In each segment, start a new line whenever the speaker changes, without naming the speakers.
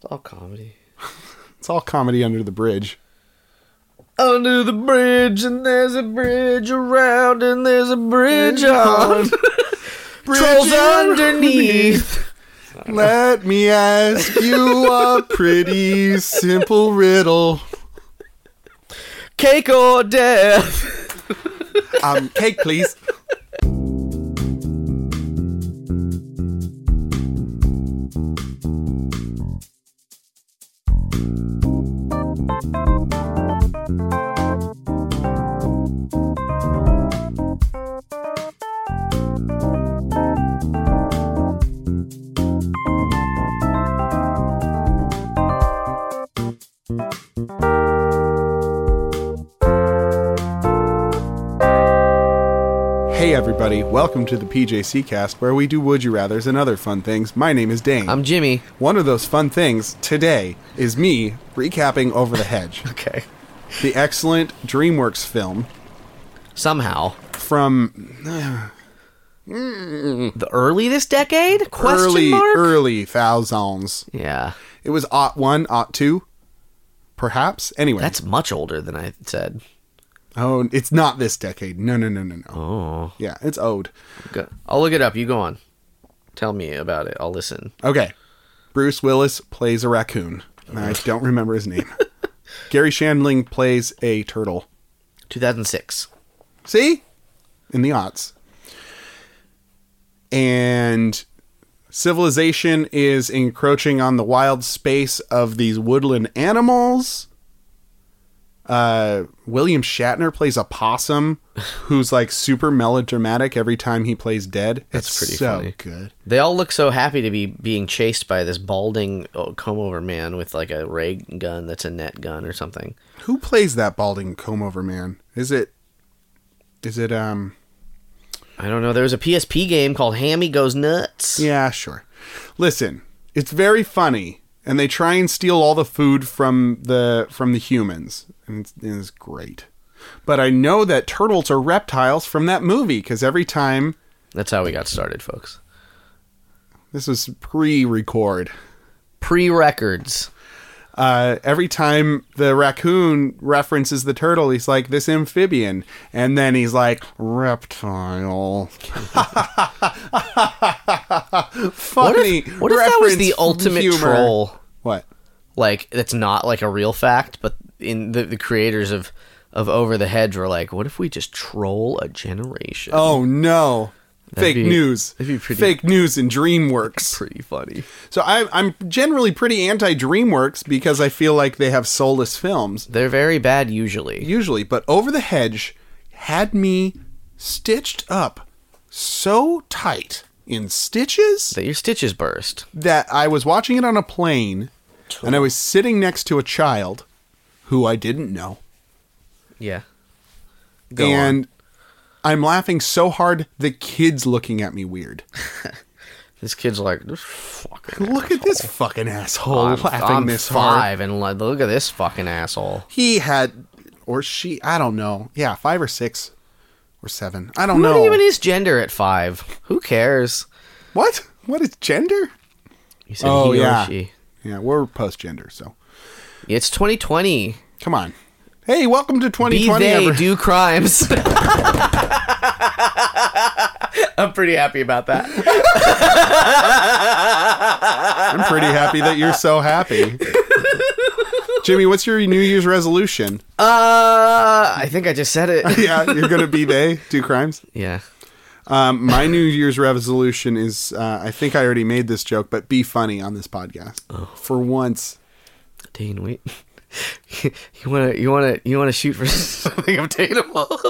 It's all comedy.
It's all comedy under the bridge.
Under the bridge, and there's a bridge around, and there's a bridge on. Trolls underneath.
Let me ask you a pretty simple riddle.
Cake or death.
Um, cake, please. Hey, everybody. Welcome to the PJC cast where we do Would You Rathers and other fun things. My name is Dane.
I'm Jimmy.
One of those fun things today is me recapping Over the Hedge,
Okay.
the excellent DreamWorks film
Somehow,
from
the early this decade? Question
early,
mark.
early thousands.
Yeah,
It was Ot 1, Ot 2, perhaps. Anyway,
that's much older than I said.
oh, it's not this decade. No, no, no, no, no.
Oh,
Yeah, it's Ode.
good. I'll look it up. You go on. Tell me about it. I'll listen.
Okay. Bruce Willis plays a raccoon. And I don't remember his name. Gary Shandling plays a turtle.
2006.
See? In the aughts. And civilization is encroaching on the wild space of these woodland animals. Uh, William Shatner plays a possum who's like super melodramatic every time he plays dead. That's
pretty
so
funny.
good.
They all look so happy to be being chased by this balding comb over man with like a ray gun that's a net gun or something.
Who plays that balding comb over man? Is it is it um
I don't know. There was a PSP game called Hammy Goes Nuts.
yeah, sure. Listen, it's very funny and they try and steal all the food from the from the humans and it's, and it's great. But I know that turtles are reptiles from that movie cuz every time
That's how we got started, folks.
this was pre-record.
Pre records.
Uh, every time the raccoon references the turtle, he's like this amphibian, and then he's like reptile.
What
Funny.
if, what if that was
reference
the ultimate
humor.
troll?
What?
Like that's not like a real fact, but in the, the creators of of Over the Hedge were like, what if we just troll a generation?
Oh no! Fake
be-
news.
that'd be pretty-
Fake news in DreamWorks.
pretty funny.
So I, I'm generally pretty anti-DreamWorks because I feel like they have soulless films.
They're very bad usually.
usually, but Over the Hedge had me stitched up so tight in stitches
That your stitches burst.
that I was watching it on a plane and I was sitting next to a child who I didn't know.
Yeah. Go on.
and I'm laughing so hard the kid's looking at me weird.
This kid's like, this fucking
Look at this fucking asshole
I'm,
laughing
I'm
this hard.
five, and like, look at this fucking asshole.
He had or she, I don't know. Yeah, 5 or 6 or 7. I don't
What
know.
even is gender at five? Who cares?
what? What is gender?
You said
Oh,
he
yeah.
or she.
Yeah, we're post gender, so
It's 2020.
come on. Hey, welcome to
Be
2020.
they
every-
do crimes. I'm pretty happy about that.
I'm pretty happy that you're so happy. Jimmy, what's your New Year's resolution?
Uh, I think I just said it.
Yeah, you're gonna be they do crimes.
yeah.
Um, my New Year's resolution is uh, I think I already made this joke, but be funny on this podcast for once.
Dane, wait. You wanna, you wanna, you wanna shoot for something obtainable.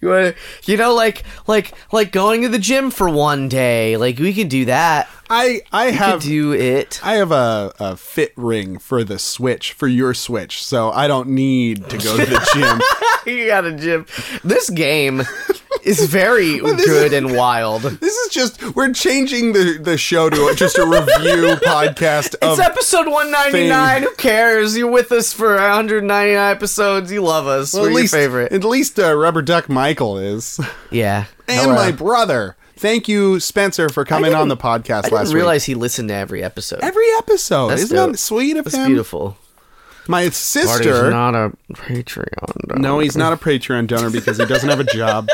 you wanna, you know, like, like, like going to the gym for one day. Like we could do that.
I I
Could
have
do it.
I have a, a fit ring for the Switch for your Switch, so I don't need to go to the gym.
you got a gym. This game is very good and wild.
This is just we're changing the the show to just a review podcast of
It's episode 199. Who cares? You're with us for 199 episodes. You love us.
Well,
We're
at least,
your favorite.
At least uh, Rubber Duck Michael is,
yeah.
and
Hello.
my brother. Thank you, Spencer, for coming on the podcast
I
last
didn't realize he listened to every episode.
week. Every episode.
That's
Isn't
dope.
that sweet of
That's
him?
beautiful.
My sister.
not a Patreon.
no, he's not a Patreon donor because he doesn't have a job.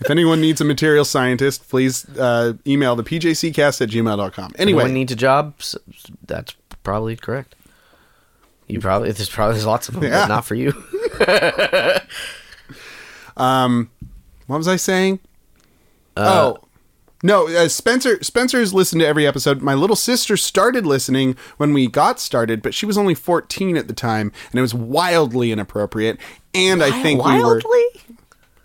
if anyone needs a material scientist, please uh, email the pjccast at gmail.com. Anyway,
Anyone needs a job? S- s- That's probably correct. You probably there's probably there's lots of them,
Yeah.
but not for you.
what was I saying? oh. No, uh, Spencer Spencer's listened to every episode. My little sister started listening when we got started, but she was only 14 at the time and it was wildly inappropriate. And I think we were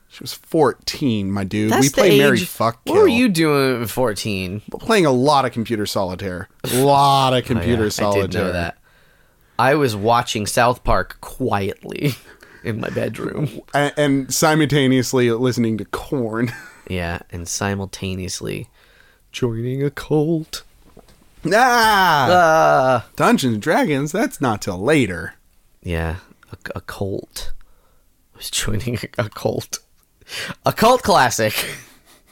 She was 14, my dude. we play Mary Fuck Kill.
What were you doing at 14?
playing a lot of computer solitaire. A lot of computer solitaire.
Oh, I did know that. I was watching South Park quietly in my bedroom.
A- and simultaneously listening to corn.
Yeah, and simultaneously joining a cult.
ah!
Uh,
Dungeons and Dragons, that's not till later.
yeah, a, a cult. I was joining a, a cult. A cult classic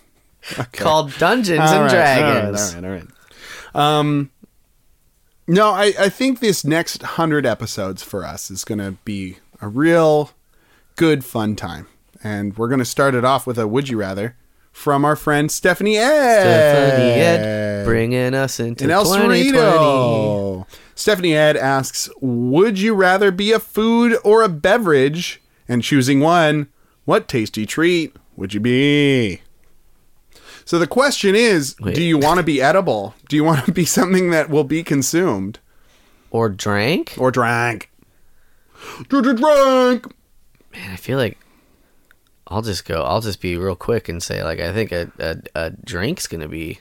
called Dungeons
All
and
right,
Dragons.
All right, all right, all right. Um No, I, I think this next hundred episodes for us is gonna be a real good fun time. And we're gonna start it off with a would you rather from our friend Stephanie Ed.
Stephanie Ed bringing us into
in El
2020.
Cerrito. Stephanie Ed asks, "Would you rather be a food or a beverage?" And choosing one, what tasty treat would you be? So the question is,
Wait.
do you want to be edible? Do you want to be something that will be consumed
Or drank?
or drank? Drunk.
Man, I feel like I'll just go. I'll just be real quick and say, like, I think a, a, a drink's going to be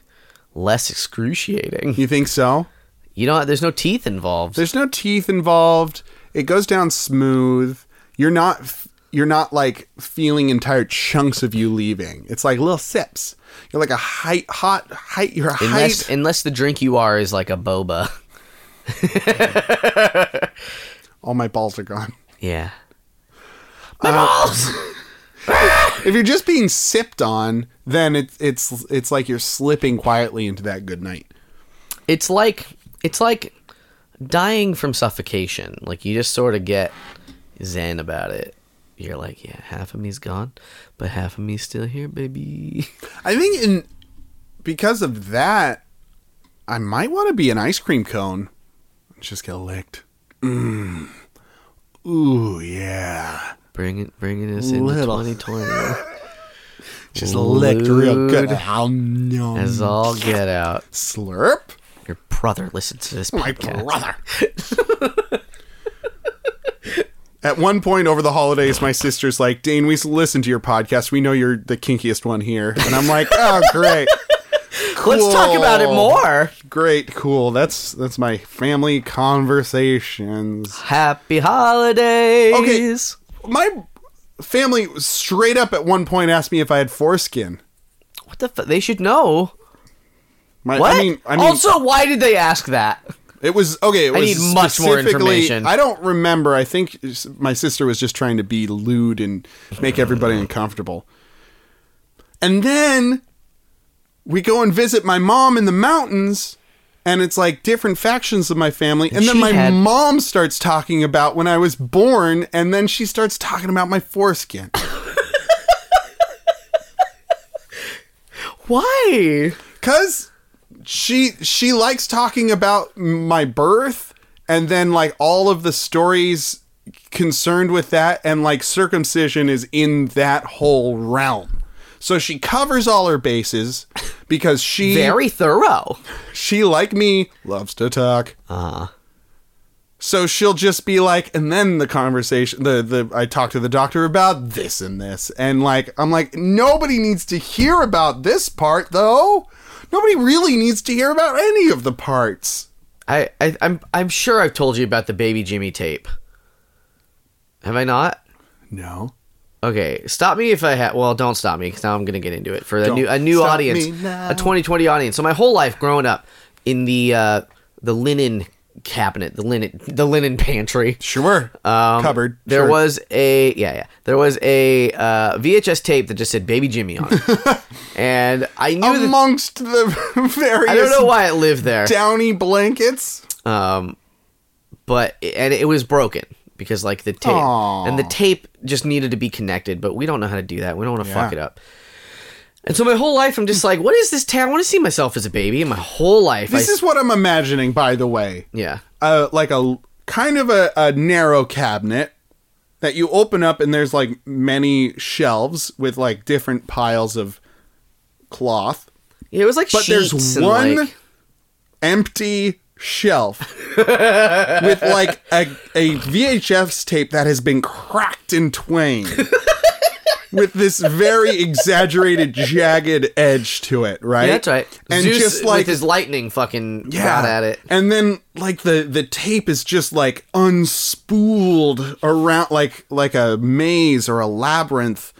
less excruciating.
You think so?
You know, there's no teeth involved.
There's no teeth involved. It goes down smooth. You're not f- you're not like feeling entire chunks of you leaving. It's like little sips. You're like a height hot height you're a height.
Unless, unless the drink you are is like a boba.
All my balls are gone.
Yeah. Um,
If you're just being sipped on, then it's it's it's like you're slipping quietly into that good night.
It's like it's like dying from suffocation. Like you just sort of get zen about it. You're like, yeah, half of me's gone, but half of me's still here, baby.
I think in because of that, I might want to be an ice cream cone. Just get licked. Mm. Ooh yeah.
Bring it, bringing us into
Little.
2020
Just licked real good.
Lewd
Ow, nom.
as all get out.
Slurp.
Your brother listens to this
My
podcast.
brother. At one point over the holidays, my sister's like, Dane, we listen to your podcast. We know you're the kinkiest one here. And I'm like, oh, great.
Let's talk about it
Cool.
more.
Great, cool. That's that's my family conversations.
Happy holidays.
My family straight up at one point asked me if I had foreskin.
What the? F- they should know.
My,
What?
I mean, I mean,
also, why did they ask that?
It was okay. It was
need much more
specifically-
information.
I don't remember. I think s- my sister was just trying to be lewd and make everybody uncomfortable. And then we go and visit my mom in the mountains, and it's like different factions of my family. And, then
she
my
had-
mom starts talking about when I was born, and then she starts talking about my foreskin.
Why?
Cause she she likes talking about my birth and then like all of the stories concerned with that and like circumcision is in that whole realm. So she covers all her bases because she
Very thorough.
she like me loves to talk.
Uh,
So she'll just be like and then the conversation the the I talked to the doctor about this and this and like I'm like nobody needs to hear about this part though. Nobody really needs to hear about any of the parts.
I, I I'm I'm sure I've told you about the baby Jimmy tape. Have I not?
No.
Okay, stop me if I have. Well, don't stop me because now I'm gonna get into it for a
Don't
new a new
stop
audience,
me now.
a 2020 audience. So my whole life growing up in the uh, the linen cabinet, the linen, the linen pantry.
Sure.
Um,
Cupboard.
There
sure.
was a yeah yeah. There was a uh, VHS tape that just said "Baby Jimmy" on it, and I knew that
amongst the various
I don't know why it lived there.
downy blankets.
Um, but and it was broken because like the tape
Aw.
and the tape just needed to be connected, but we don't know how to do that. We don't want to fuck
Yeah.
it up. And so my whole life, I'm just like, what is this town? I want to see myself as a baby. And my whole life,
This
I,
is what I'm imagining, by the way.
yeah,
Uh, like a kind of a, a narrow cabinet that you open up, and there's like many shelves with like different piles of cloth.
it was like
But
sheets
there's
and,
one
like-
empty shelf with like a, a VHS tape that has been cracked in twain with this very exaggerated jagged edge to it, right?
Yeah, that's right.
And
Zeus
just like
with his lightning, fucking
yeah.
got at it.
And then like the the tape is just like unspooled around like like a maze or a labyrinth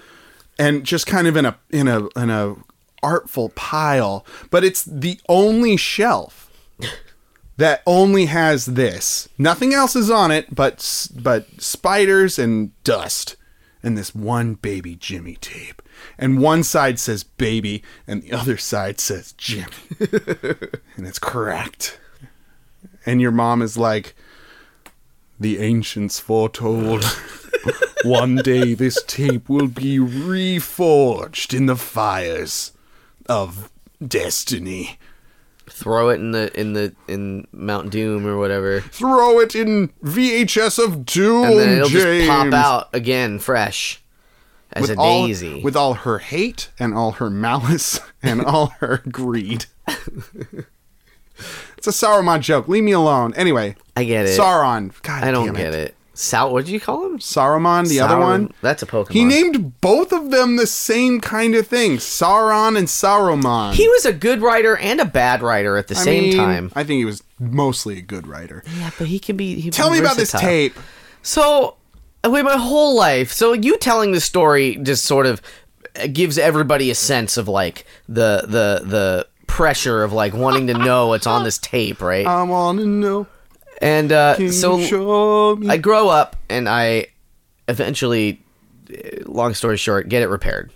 and just kind of in a in a in a artful pile, but it's the only shelf that only has this. Nothing else is on it but s- but spiders and dust and this one baby Jimmy tape. And one side says baby and the other side says Jimmy and it's cracked. And your mom is like, the ancients foretold one day this tape will be reforged in the fires of destiny.
Throw it in the in the in Mount Doom or whatever,
Throw it in VHS of doom,
and then it'll
Oh, James.
just pop out again, fresh as a
all,
daisy.
with all her hate and all her malice and all her greed. it's a Sauron joke. Leave me alone. Anyway,
I get it.
Sauron. God
I don't
damn
get it. Sal, what did you call him?
Saruman, the other
Sauron?
one.
That's a Pokemon.
He named both of them the same kind of thing, Sauron and Saruman.
He was a good writer and a bad writer at the
I
same
mean,
time.
I think he was mostly a good writer.
Yeah, but he can be. He
Tell me about this tape.
So, I mean, my whole life. So you telling the story just sort of gives everybody a sense of like the the the pressure of like wanting to know what's on this tape, right?
I want to know.
and uh,
Can
so
you show me?
I grow up and I eventually, eh, long story short, get it repaired.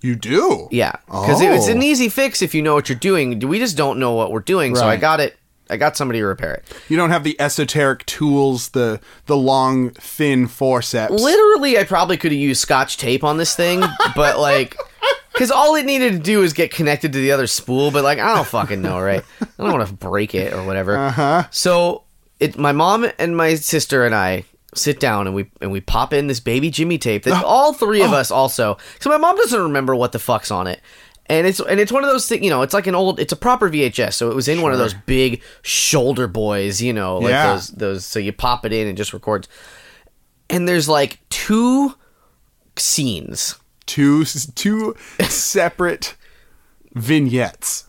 you do?
Yeah, because it's
Oh.
an easy fix if you know what you're doing. We just don't know what we're doing, so I
Right.
got it. I got somebody to repair it.
You don't have the esoteric tools, the the long thin forceps.
Literally, I probably could have used scotch tape on this thing, but like, because all it needed to do is get connected to the other spool, but like, I don't fucking know, right? I don't want to break it or whatever. Uh-huh. So, it, my mom and my sister and I sit down and we and we pop in this baby Jimmy tape that all three of us also. So my mom doesn't remember what the fuck's on it. And it's and it's one of those things, you know. It's like an old, it's a proper VHS, so it was in one of those big shoulder boys, you know, like
Yeah.
those those. So you pop it in and just records and there's like two scenes.
two two separate vignettes.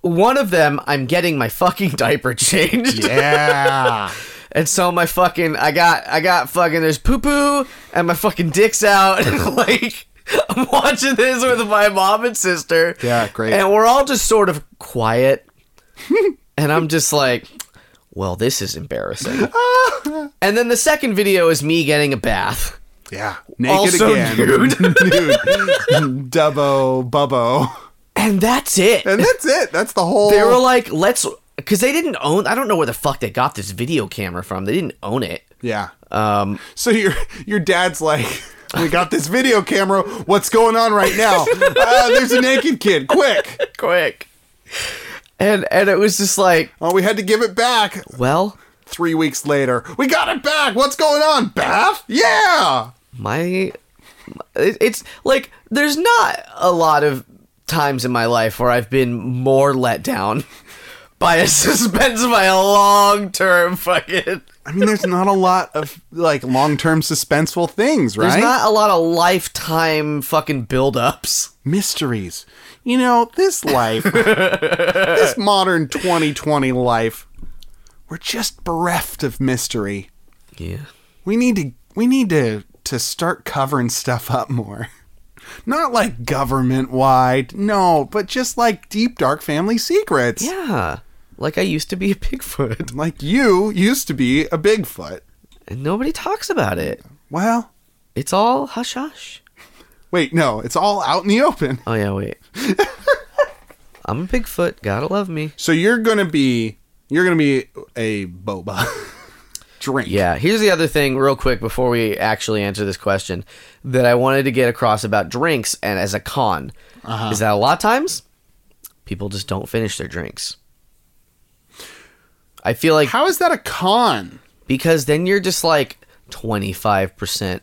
One of them, I'm getting my fucking diaper changed,
Yeah.
and so my fucking, I got, I got fucking, there's poo poo, and my fucking dick's out, and like. I'm watching this with my mom and sister.
Yeah, great.
And we're all just sort of quiet. and I'm just like, well, this is embarrassing. and then the second video is me getting a bath.
yeah. Naked
Also
again.
nude.
Nude. Dubbo bubbo.
And that's it.
And that's it. That's the whole.
They were like, let's, because they didn't own. I don't know where the fuck they got this video camera from. They didn't own it.
yeah.
Um,
So your your dad's like, we got this video camera. What's going on right now? Uh, there's a naked kid. Quick!
quick. And and it was just like,
Oh, we had to give it back.
well,
Three weeks later, we got it back. What's going on, Bath? Yeah.
my, it- it's like there's not a lot of times in my life where I've been more let down by a suspense by a long term fucking.
I mean, there's not a lot of like long term suspenseful things, right?
There's not a lot of lifetime fucking buildups.
mysteries. You know, this life, this modern 2020 life, we're just bereft of mystery.
Yeah.
We need to we need to to start covering stuff up more. Not like government wide, no, but just like deep dark family secrets.
Yeah. like I used to be a Bigfoot.
Like you used to be a Bigfoot.
And nobody talks about it.
Well,
It's all hush hush.
wait, no, it's all out in the open.
Oh yeah, wait. I'm a Bigfoot. Gotta love me.
So you're gonna be you're gonna be a boba drink.
Yeah, here's the other thing, real quick, before we actually answer this question, that I wanted to get across about drinks and as a con is that a lot of times people just don't finish their drinks. I feel like
How is that a con?
because then you're just like 25%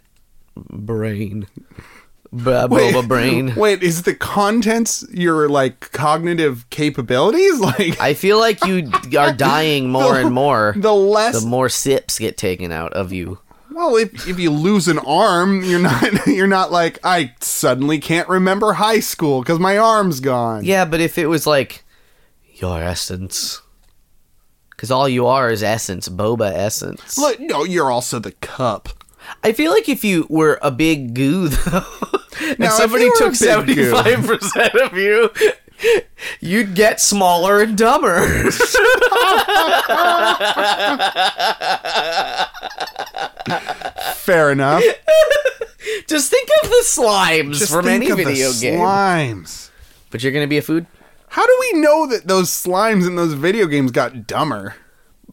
brain, B-
Wait,
boba brain.
Wait, is the contents your like cognitive capabilities? Like
I feel like you are dying more and more.
the less
the more sips get taken out of you.
well, if, if you lose an arm, you're not you're not like I suddenly can't remember high school because my arm's gone.
Yeah, but if it was like your essence, because all you are is essence, boba essence.
Look, no, you're also the cup.
I feel like if you were a big goo though, and
Now, if
somebody
you were a
took
big goo-
seventy-five percent of you, you'd get smaller and dumber.
Fair enough.
Just think of the slimes
Just
from
think
any
of the
video game.
Slimes.
But you're gonna be a food.
How do we know that those slimes in those video games got dumber?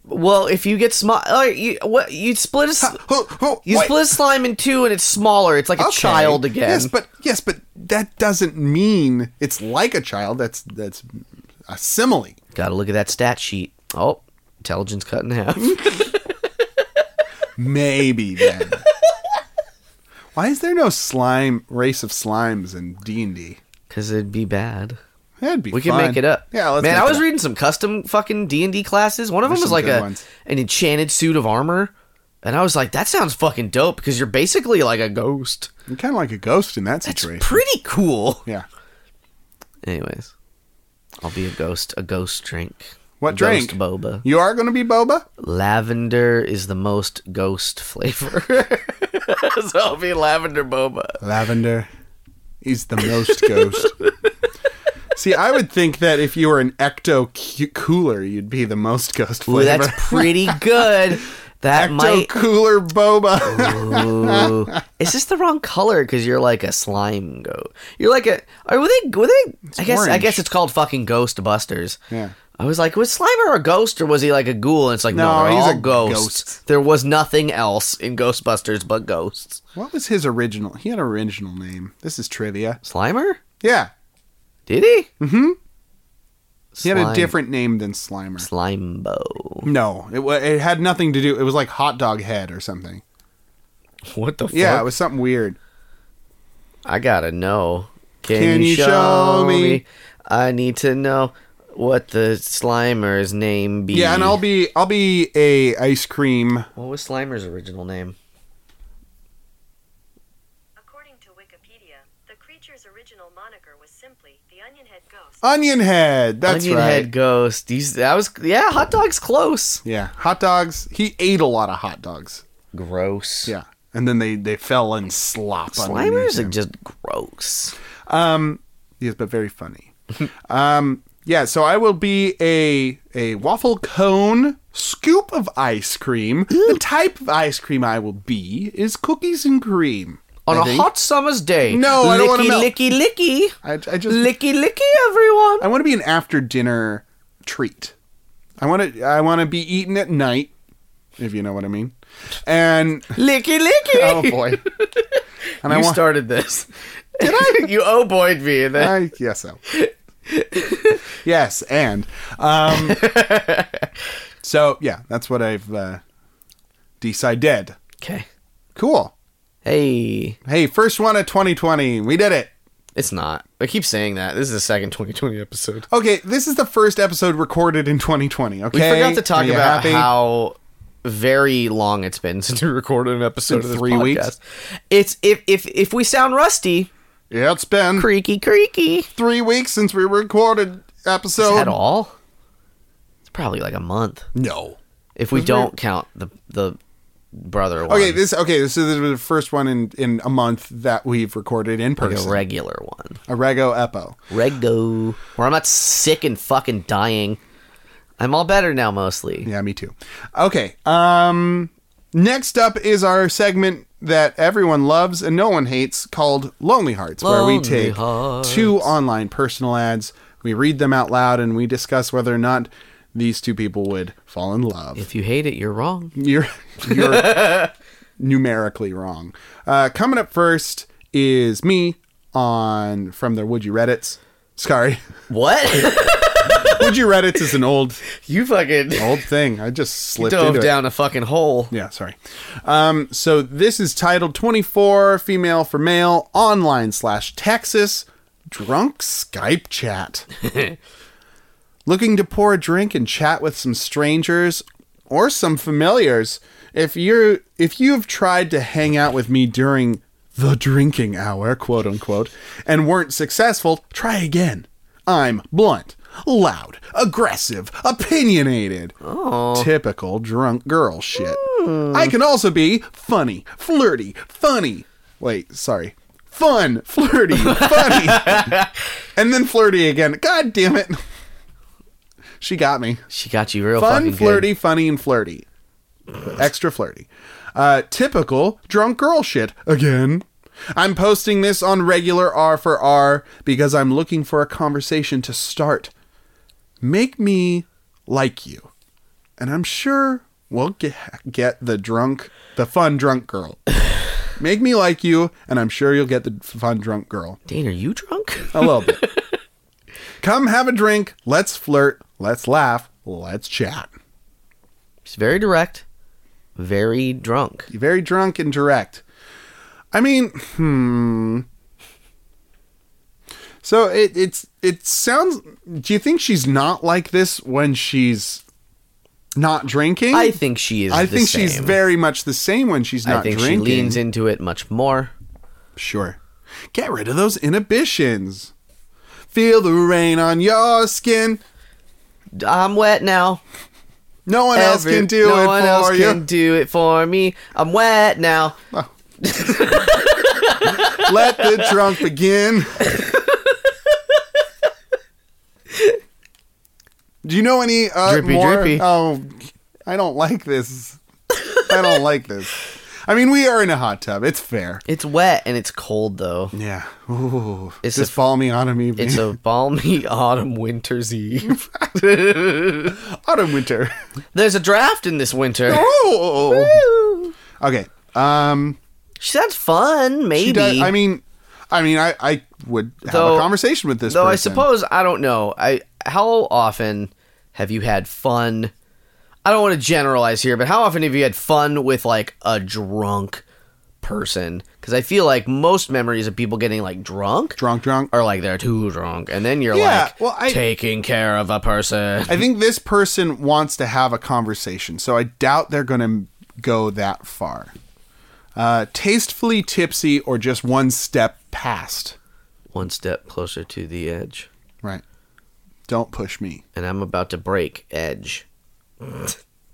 Well, if you get small, uh, you what you split a s-
Huh, huh,
Uh, you
wait.
split a slime in two, and it's smaller. It's like a
Okay.
child again.
Yes, but yes, but that doesn't mean it's like a child. That's that's a simile.
Gotta look at that stat sheet. Oh, intelligence cut in half.
Maybe then. Why is there no slime race of slimes in D and D?
Because it'd be bad.
That'd be
We can
fun.
make it up.
Yeah, let's
man.
make
I
it
was
up.
reading some custom fucking D and D classes. One of them
There's
was
some
like
good
a
ones.
an enchanted suit of armor, and I was like, that sounds fucking dope because you're basically like a ghost.
You're kind of like a ghost in that
It's
situation.
pretty cool.
yeah.
Anyways, I'll be a ghost. A ghost drink.
What
Ghost
drink?
Boba.
You are going to be boba.
Lavender is the most ghost flavor. so I'll be lavender boba.
Lavender is the most ghost. See, I would think that if you were an ecto cu- cooler, you'd be the most ghost
Ooh,
flavor.
that's pretty good. That
ecto
might
cooler boba.
Ooh. Is this the wrong color? Because you're like a slime goat. You're like a. Are were they? Were they? I guess. I
orange.
guess it's called fucking Ghost Busters.
Yeah.
I was like, was Slimer a ghost or was he like a ghoul? And it's like, no,
No,
they're
he's
all
a
ghosts.
ghost.
There was nothing else in Ghostbusters but ghosts.
what was his original? He had an original name. This is trivia.
Slimer?
Yeah,
Did he? Mm-hmm.
he had a different name than Slimer.
Slimebo.
No, it wa- it had nothing to do. It was like hot dog head or something.
What the fuck?
Yeah, it was something weird.
I gotta know. Can,
Can
you,
you
show,
show
me?
me?
I need to know what the Slimer's name be.
Yeah, and I'll be I'll be a ice cream.
What was Slimer's original name?
According to Wikipedia, the creature's original moniker was simply the Onionhead Ghost.
Onion head. That's
Onion
right.
Head Ghost. He's, that was yeah. Hot dog's close.
Yeah, hot dogs. He ate a lot of hot dogs.
Gross.
Yeah, and then they they fell in slop. underneath
Slimer's are
him.
just gross.
um yes, but very funny. um yeah, so I will be a a waffle cone scoop of ice cream. The type of ice cream I will be is cookies and cream.
On
I
a
think.
hot summer's day.
No, I don't wanna
Licky,
melt.
Licky licky
I, I just
licky licky everyone.
I want to be an after dinner treat. I want to I want to be eaten at night, if you know what I mean. And
Licky licky.
oh boy, and I
you
want
started this. Did I? you oh boyed me. and Then.
I guess so. yes, and um, so yeah, that's what I've uh, decided.
Okay.
Cool.
Hey,
Hey, first one of 2020. We did it.
it's not. I keep saying that. This is the second 2020 episode.
Okay, this is the first episode recorded in 2020.
We
Okay,
forgot to talk
Are you
about
happy?
how very long it's been since we recorded an episode
Been
of this
three
podcast.
weeks.
It's if if if we sound rusty,
yeah, it's been
creaky creaky.
three weeks since we recorded episode.
Is that all? It's probably like a month
No.
if we don't count the the brother one,
Okay, this okay. This is the first one in in a month that we've recorded in
like a
person.
regular one.
a rego epo.
Rego, where I'm not sick and fucking dying. I'm all better now, mostly.
Yeah, me too. Okay. Um next up is our segment that everyone loves and no one hates called Lonely Hearts where we
Lonely
take
Hearts.
two online personal ads, we read them out loud and we discuss whether or not these two people would fall in love.
If you hate it, you're wrong.
You're you're numerically wrong. Uh, coming up first is me on from the Would You Reddits. Sorry,
What?
Would You Reddits is an old
you fucking
old thing. I just slipped
dove
into it.
down a fucking hole.
Yeah, sorry. Um, so this is titled 24 Female for Male Online slash Texas Drunk Skype Chat. Looking to pour a drink and chat with some strangers or some familiars. If you're if you've tried to hang out with me during the drinking hour, quote unquote, and weren't successful, try again. I'm blunt, loud, aggressive, opinionated. Typical drunk girl shit. I can also be funny, flirty, funny. Wait, sorry. Fun, flirty, funny. and then flirty again. God damn it. She got me.
She got you real
Fun,
fucking
flirty, funny, and flirty. Extra flirty. Uh, typical drunk girl shit. Again. I'm posting this on regular R for R because I'm looking for a conversation to start. Make me like you. And I'm sure we'll get, get the drunk, the fun drunk girl. Make me like you, and I'm sure you'll get the fun drunk girl.
good. Dane, are you drunk?
A little bit. Come have a drink. Let's flirt. Let's laugh. Let's chat.
She's very direct, very drunk.
Very drunk and direct. I mean, hmm. So it it's it sounds. Do you think she's not like this when she's not drinking?
I think she is.
I
the
think she's
same.
very much the same when she's not
I think
drinking.
she leans into it much more.
Sure. Get rid of those inhibitions. Feel the rain on your skin.
I'm wet now.
No one else
Every-
can do
no
it
one
for
else
you.
can do it for me. I'm wet now.
Let the drunk begin. Do you know any uh,
Drippy,
more?
drippy.
Oh, I don't like this. I don't like this. I mean, we are in a hot tub. It's fair.
It's wet and it's cold though.
Yeah. Ooh.
It's
Just
a-
fall me on me.
It's a balmy autumn winter's eve.
autumn winter.
There's a draft in this winter.
Ooh. okay. Um.
She sounds fun, maybe.
She does. I mean, I mean, I I would have a
Though-
conversation with this.
Though I
person.
suppose I don't know. I how often have you had fun? I don't want to generalize here, but how often have you had fun with like a drunk person? Because I feel like most memories of people getting like drunk,
drunk, drunk.
are like they're too drunk, and then you're
Yeah,
like
well, I-
taking care of a person.
I think this person wants to have a conversation, so I doubt they're going to go that far. Uh, tastefully tipsy or just one step past.
One step closer to the edge,
Right. Don't push me.
and I'm about to break edge.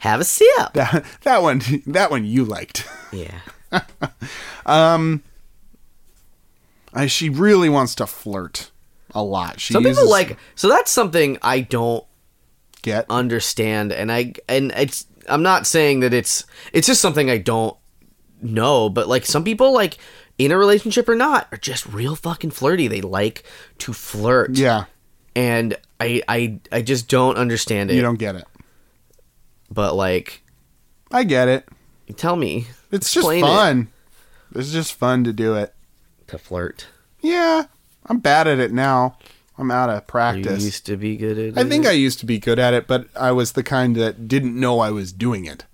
Have a sip.
That that one that one you liked.
Yeah.
Uh, she really wants to flirt a lot. She
Some people
uses-
like so that's something I don't
get
understand and i and it's i'm not saying that it's it's just something i don't know but like some people like in a relationship or not are just real fucking flirty they like to flirt
yeah.
and i i i just don't understand it
You don't get it.
but like
I get it.
tell me
It's just
Explain it.
fun. It's just fun to do it.
to flirt
Yeah, I'm bad at it now. I'm out of
you
practice.
used to be good at
I think I
it.
used to be good at it, but I was the kind that didn't know I was doing it.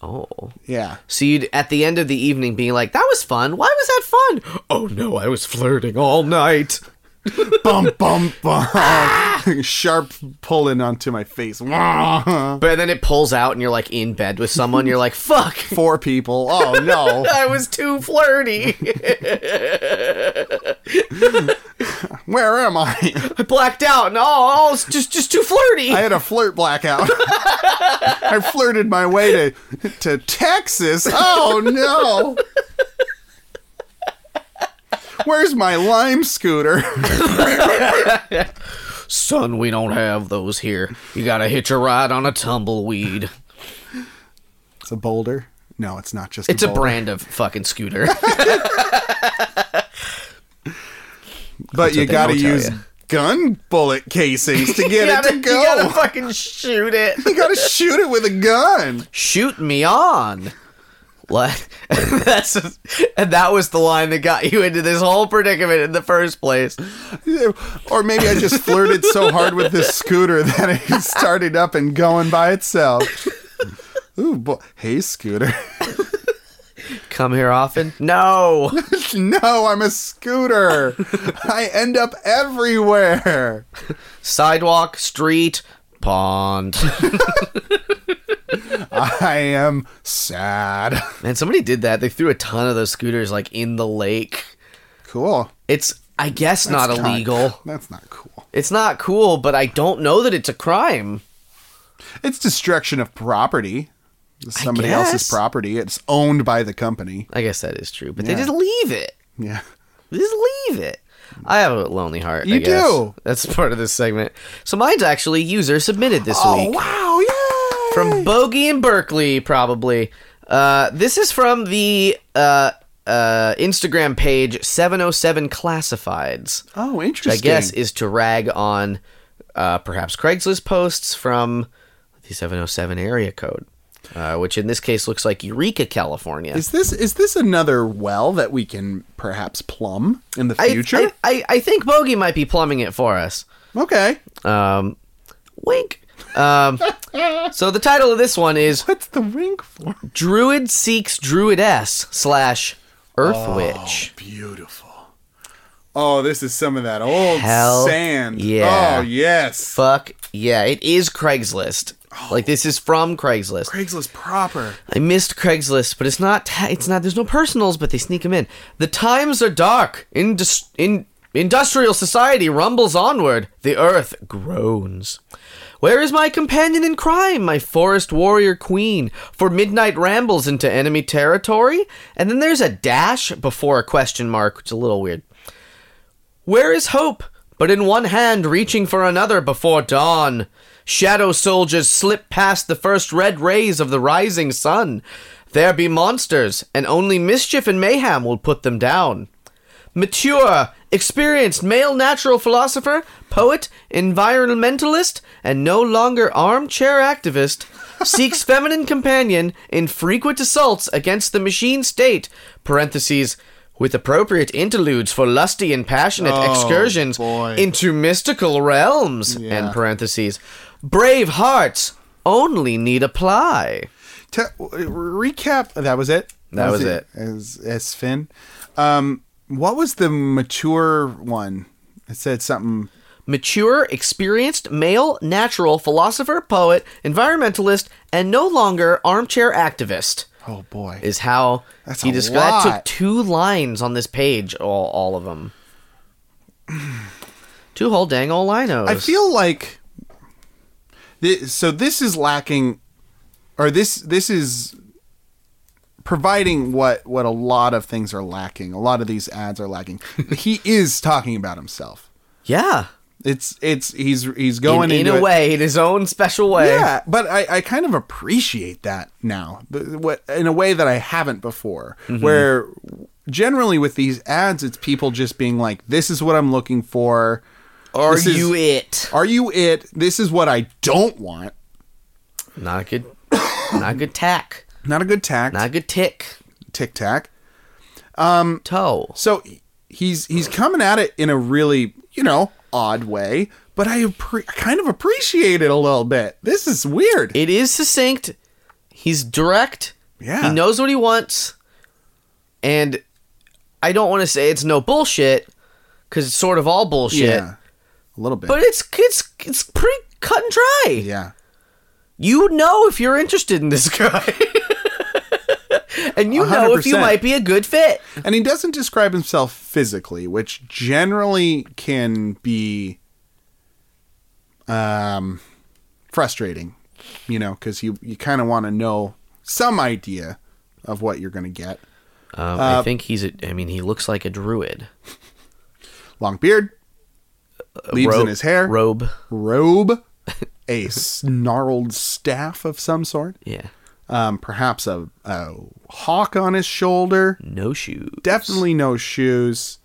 oh
Yeah.
so you'd at the end of the evening being like that was fun why was that fun oh no i was flirting all night
bum bum bum. Sharp pulling onto my face. Wah.
but then it pulls out and you're like in bed with someone you're like fuck
Four people. Oh no.
I was too flirty.
Where am I?
I blacked out. No, I was just just too flirty.
I had a flirt blackout. I flirted my way to to Texas. Oh no. Where's my lime scooter?
son, we don't have those here. You gotta hitch a ride on a tumbleweed.
It's a boulder. No, it's not just.
It's a
boulder.
brand of fucking scooter.
But you
what they
gotta
don't tell
use
ya.
gun bullet casings to get
you,
it
gotta,
to
you
go.
gotta fucking shoot it.
you gotta shoot it with a gun.
shoot me on. What? That's and that was the line that got you into this whole predicament in the first place.
Or maybe I just flirted so hard with this scooter that it started up and going by itself. Ooh, boy. hey, scooter.
Come here often? No.
no, I'm a scooter. I end up everywhere.
Sidewalk, street, pond.
I am sad.
Man, somebody did that. They threw a ton of those scooters like in the lake.
Cool.
It's I guess not
That's
illegal.
That's not cool.
It's not cool, but I don't know that it's a crime.
It's destruction of property. It's Somebody else's
guess.
property. It's owned by the company.
I guess that is true, but they
Yeah.
just leave it.
Yeah.
Just leave it. I have a lonely heart. I
You
guess.
do.
That's part of this segment. So mine's actually user submitted this
Oh
week.
wow! Yeah.
from Bogey and Berkeley, probably. Uh, this is from the uh, uh, Instagram page 707 Classifieds,
oh,
which I
interesting.
guess is to rag on uh, perhaps Craigslist posts from the 707 area code, uh, which in this case looks like Eureka, California.
Is this is this another well that we can perhaps plumb in the
I-
future?
I, I, I think Bogey might be plumbing it for us.
okay.
Um, wink. Um, so the title of this one is
What's the wink for?
Druid Seeks Druidess slash Earth
Oh.
Witch.
Beautiful. Oh, this is some of that old
Hell
sand.
yeah.
Oh yes.
Fuck yeah, it is Craigslist.
Oh.
Like this is from Craigslist.
Craigslist proper.
I missed Craigslist, but it's not. It's not. There's no personals, but they sneak them in. The times are dark. Indus- in industrial society rumbles onward. The earth groans. Where is my companion in crime, my forest warrior queen? For midnight rambles into enemy territory, and then there's a dash before a question mark, which is a little weird. Where is hope? But in one hand, reaching for another before dawn. Shadow soldiers slip past the first red rays of the rising sun. There be monsters, and only mischief and mayhem will put them down. Mature, experienced male natural philosopher, poet, environmentalist, and no longer armchair activist, seeks feminine companion in frequent assaults against the machine state. Parentheses. With appropriate interludes for lusty and passionate excursions
boy.
into mystical realms. End parentheses. Brave hearts only need apply.
Te- recap. That was it.
That was it.
As as Finn. Um, what was the mature one? It said something.
mature, experienced, male, natural, philosopher, poet, environmentalist, and no longer armchair activist
Oh boy.
is how
That's
he
a
just that took
lot.
two lines on this page, all, all of them. two whole dang old linos.
I feel like thi- so this is lacking or this this is providing what what a lot of things are lacking. A lot of these ads are lacking. he is talking about himself.
yeah,
It's it's he's he's
in,
going
in
into
a
it-
way, in his own special way.
Yeah, but I, I kind of appreciate that now, the- what in a way that I haven't before.
Mm-hmm.
Where generally with these ads, it's people just being like, "This is what I'm looking for."
Are
This is-
you it?
Are you it? This is what I don't want.
Not a good, not a good tack,
Not a good tact.
not a good tick,
Tic Tac.
toe.
So he's he's coming at it in a really you know odd way, but I appre- I kind of appreciate it a little bit. This is weird.
It is succinct. He's direct.
Yeah.
He knows what he wants. And I don't want to say it's no bullshit cuz it's sort of all bullshit.
yeah, a little bit.
But it's it's it's pretty cut and dry.
yeah,
You know if you're interested in this guy. and you know if you
100%.
might be a good fit.
and he doesn't describe himself physically, which generally can be um frustrating, you know, because you you kind of want to know some idea of what you're going to get.
Um,
Uh,
I think he's a, I mean he looks like a druid.
Long beard, leaves
robe,
in his hair,
robe.
robe, a snarled staff of some sort,
Yeah,
um, perhaps a, a hawk on his shoulder,
no shoes.
definitely no shoes,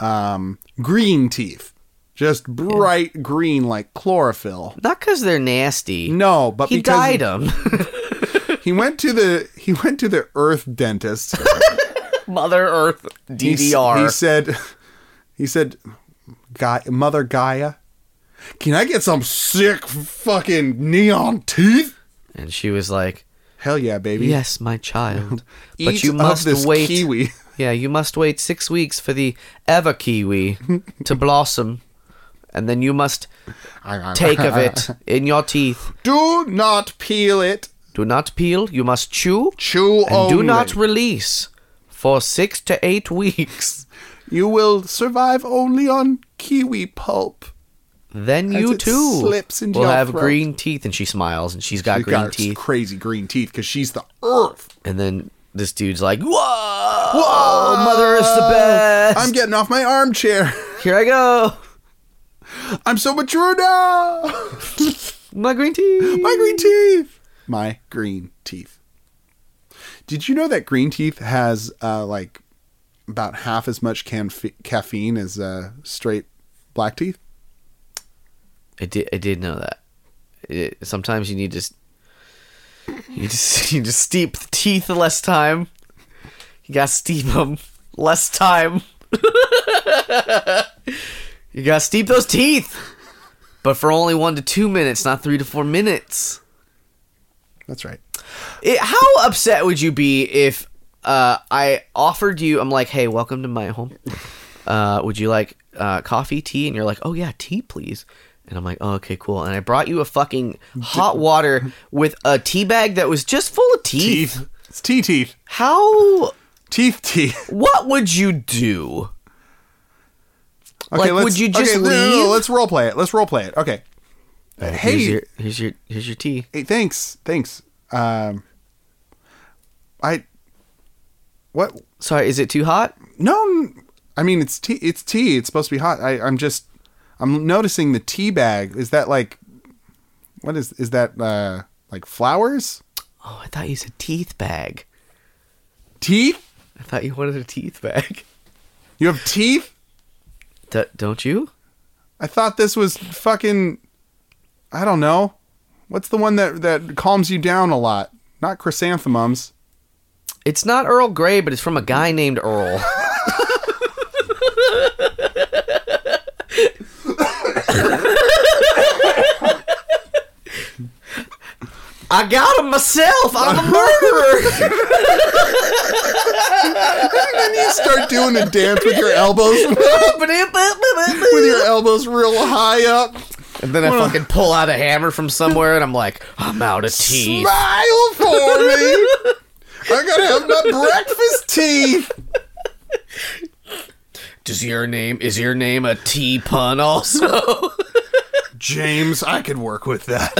um, green teeth, just bright green like chlorophyll.
Not because they're nasty.
No, but
he
because
dyed them.
he went to the he went to the earth dentist.
Mother Earth
He s-
DDR.
He, said, he said, Ga- Mother Gaia, can I get some sick fucking neon teeth?
and she was like,
Hell yeah, baby.
"Yes, my child,
Eat
but you
up
must
this
wait.
kiwi.
Yeah, you must wait six weeks for the ever kiwi to blossom, and then you must take of it in your teeth.
Do not peel it.
Do not peel. You must chew.
Chew
and
only.
do not release for six to eight weeks.
you will survive only on kiwi pulp.
Then
As
you
it
too
slips into
will
your
have
throat.
green teeth. And she smiles, and she's got
She
green
got
teeth.
Crazy green teeth because she's the earth.
And then this dude's like, "Whoa, whoa, Mother Earth's the best.
Oh, I'm getting off my armchair.
Here I go,
I'm so mature now.
my green teeth."
My green teeth. My green teeth. Did you know that green teeth has uh, like about half as much canf- caffeine as uh, straight black teeth?
I did. I did know that. It, sometimes you need to. s- You just you just steep the teeth less time. You gotta steep them less time. you gotta steep those teeth, but for only one to two minutes, not three to four minutes.
That's right.
It, how upset would you be if uh, I offered you? I'm like, hey, welcome to my home. Uh, would you like uh, coffee, tea? And you're like, oh yeah, tea, please. And I'm like, oh, okay, cool. And I brought you a fucking hot water with a tea bag that was just full of teeth.
Teeth. It's tea teeth.
How?
Teeth teeth.
What would you do? Like,
let's-
would you just
okay, no, no, no,
leave?
let's role play it. Let's role play it. Okay. Uh, hey,
here's your, here's your here's your tea.
hey, thanks, thanks. Um, I. What?
Sorry, is it too hot?
No, n- I mean it's tea. It's tea. It's supposed to be hot. I, I'm just, I'm noticing the tea bag. Is that like, what is is that uh like flowers?
Oh, I thought you said teeth bag.
Teeth?
I thought you wanted a teeth bag.
You have teeth?
D- don't you?
I thought this was fucking, I don't know. What's the one that that calms you down a lot? Not chrysanthemums.
It's not Earl Grey, but it's from a guy named Earl. I got him myself. I'm a murderer.
And you start doing a dance with your elbows, with your elbows real high up.
and then I fucking pull out a hammer from somewhere, and I'm like, I'm out of teeth.
Smile for me. I gotta have my breakfast teeth.
Does your name is your name a T pun also?
James, I could work with that.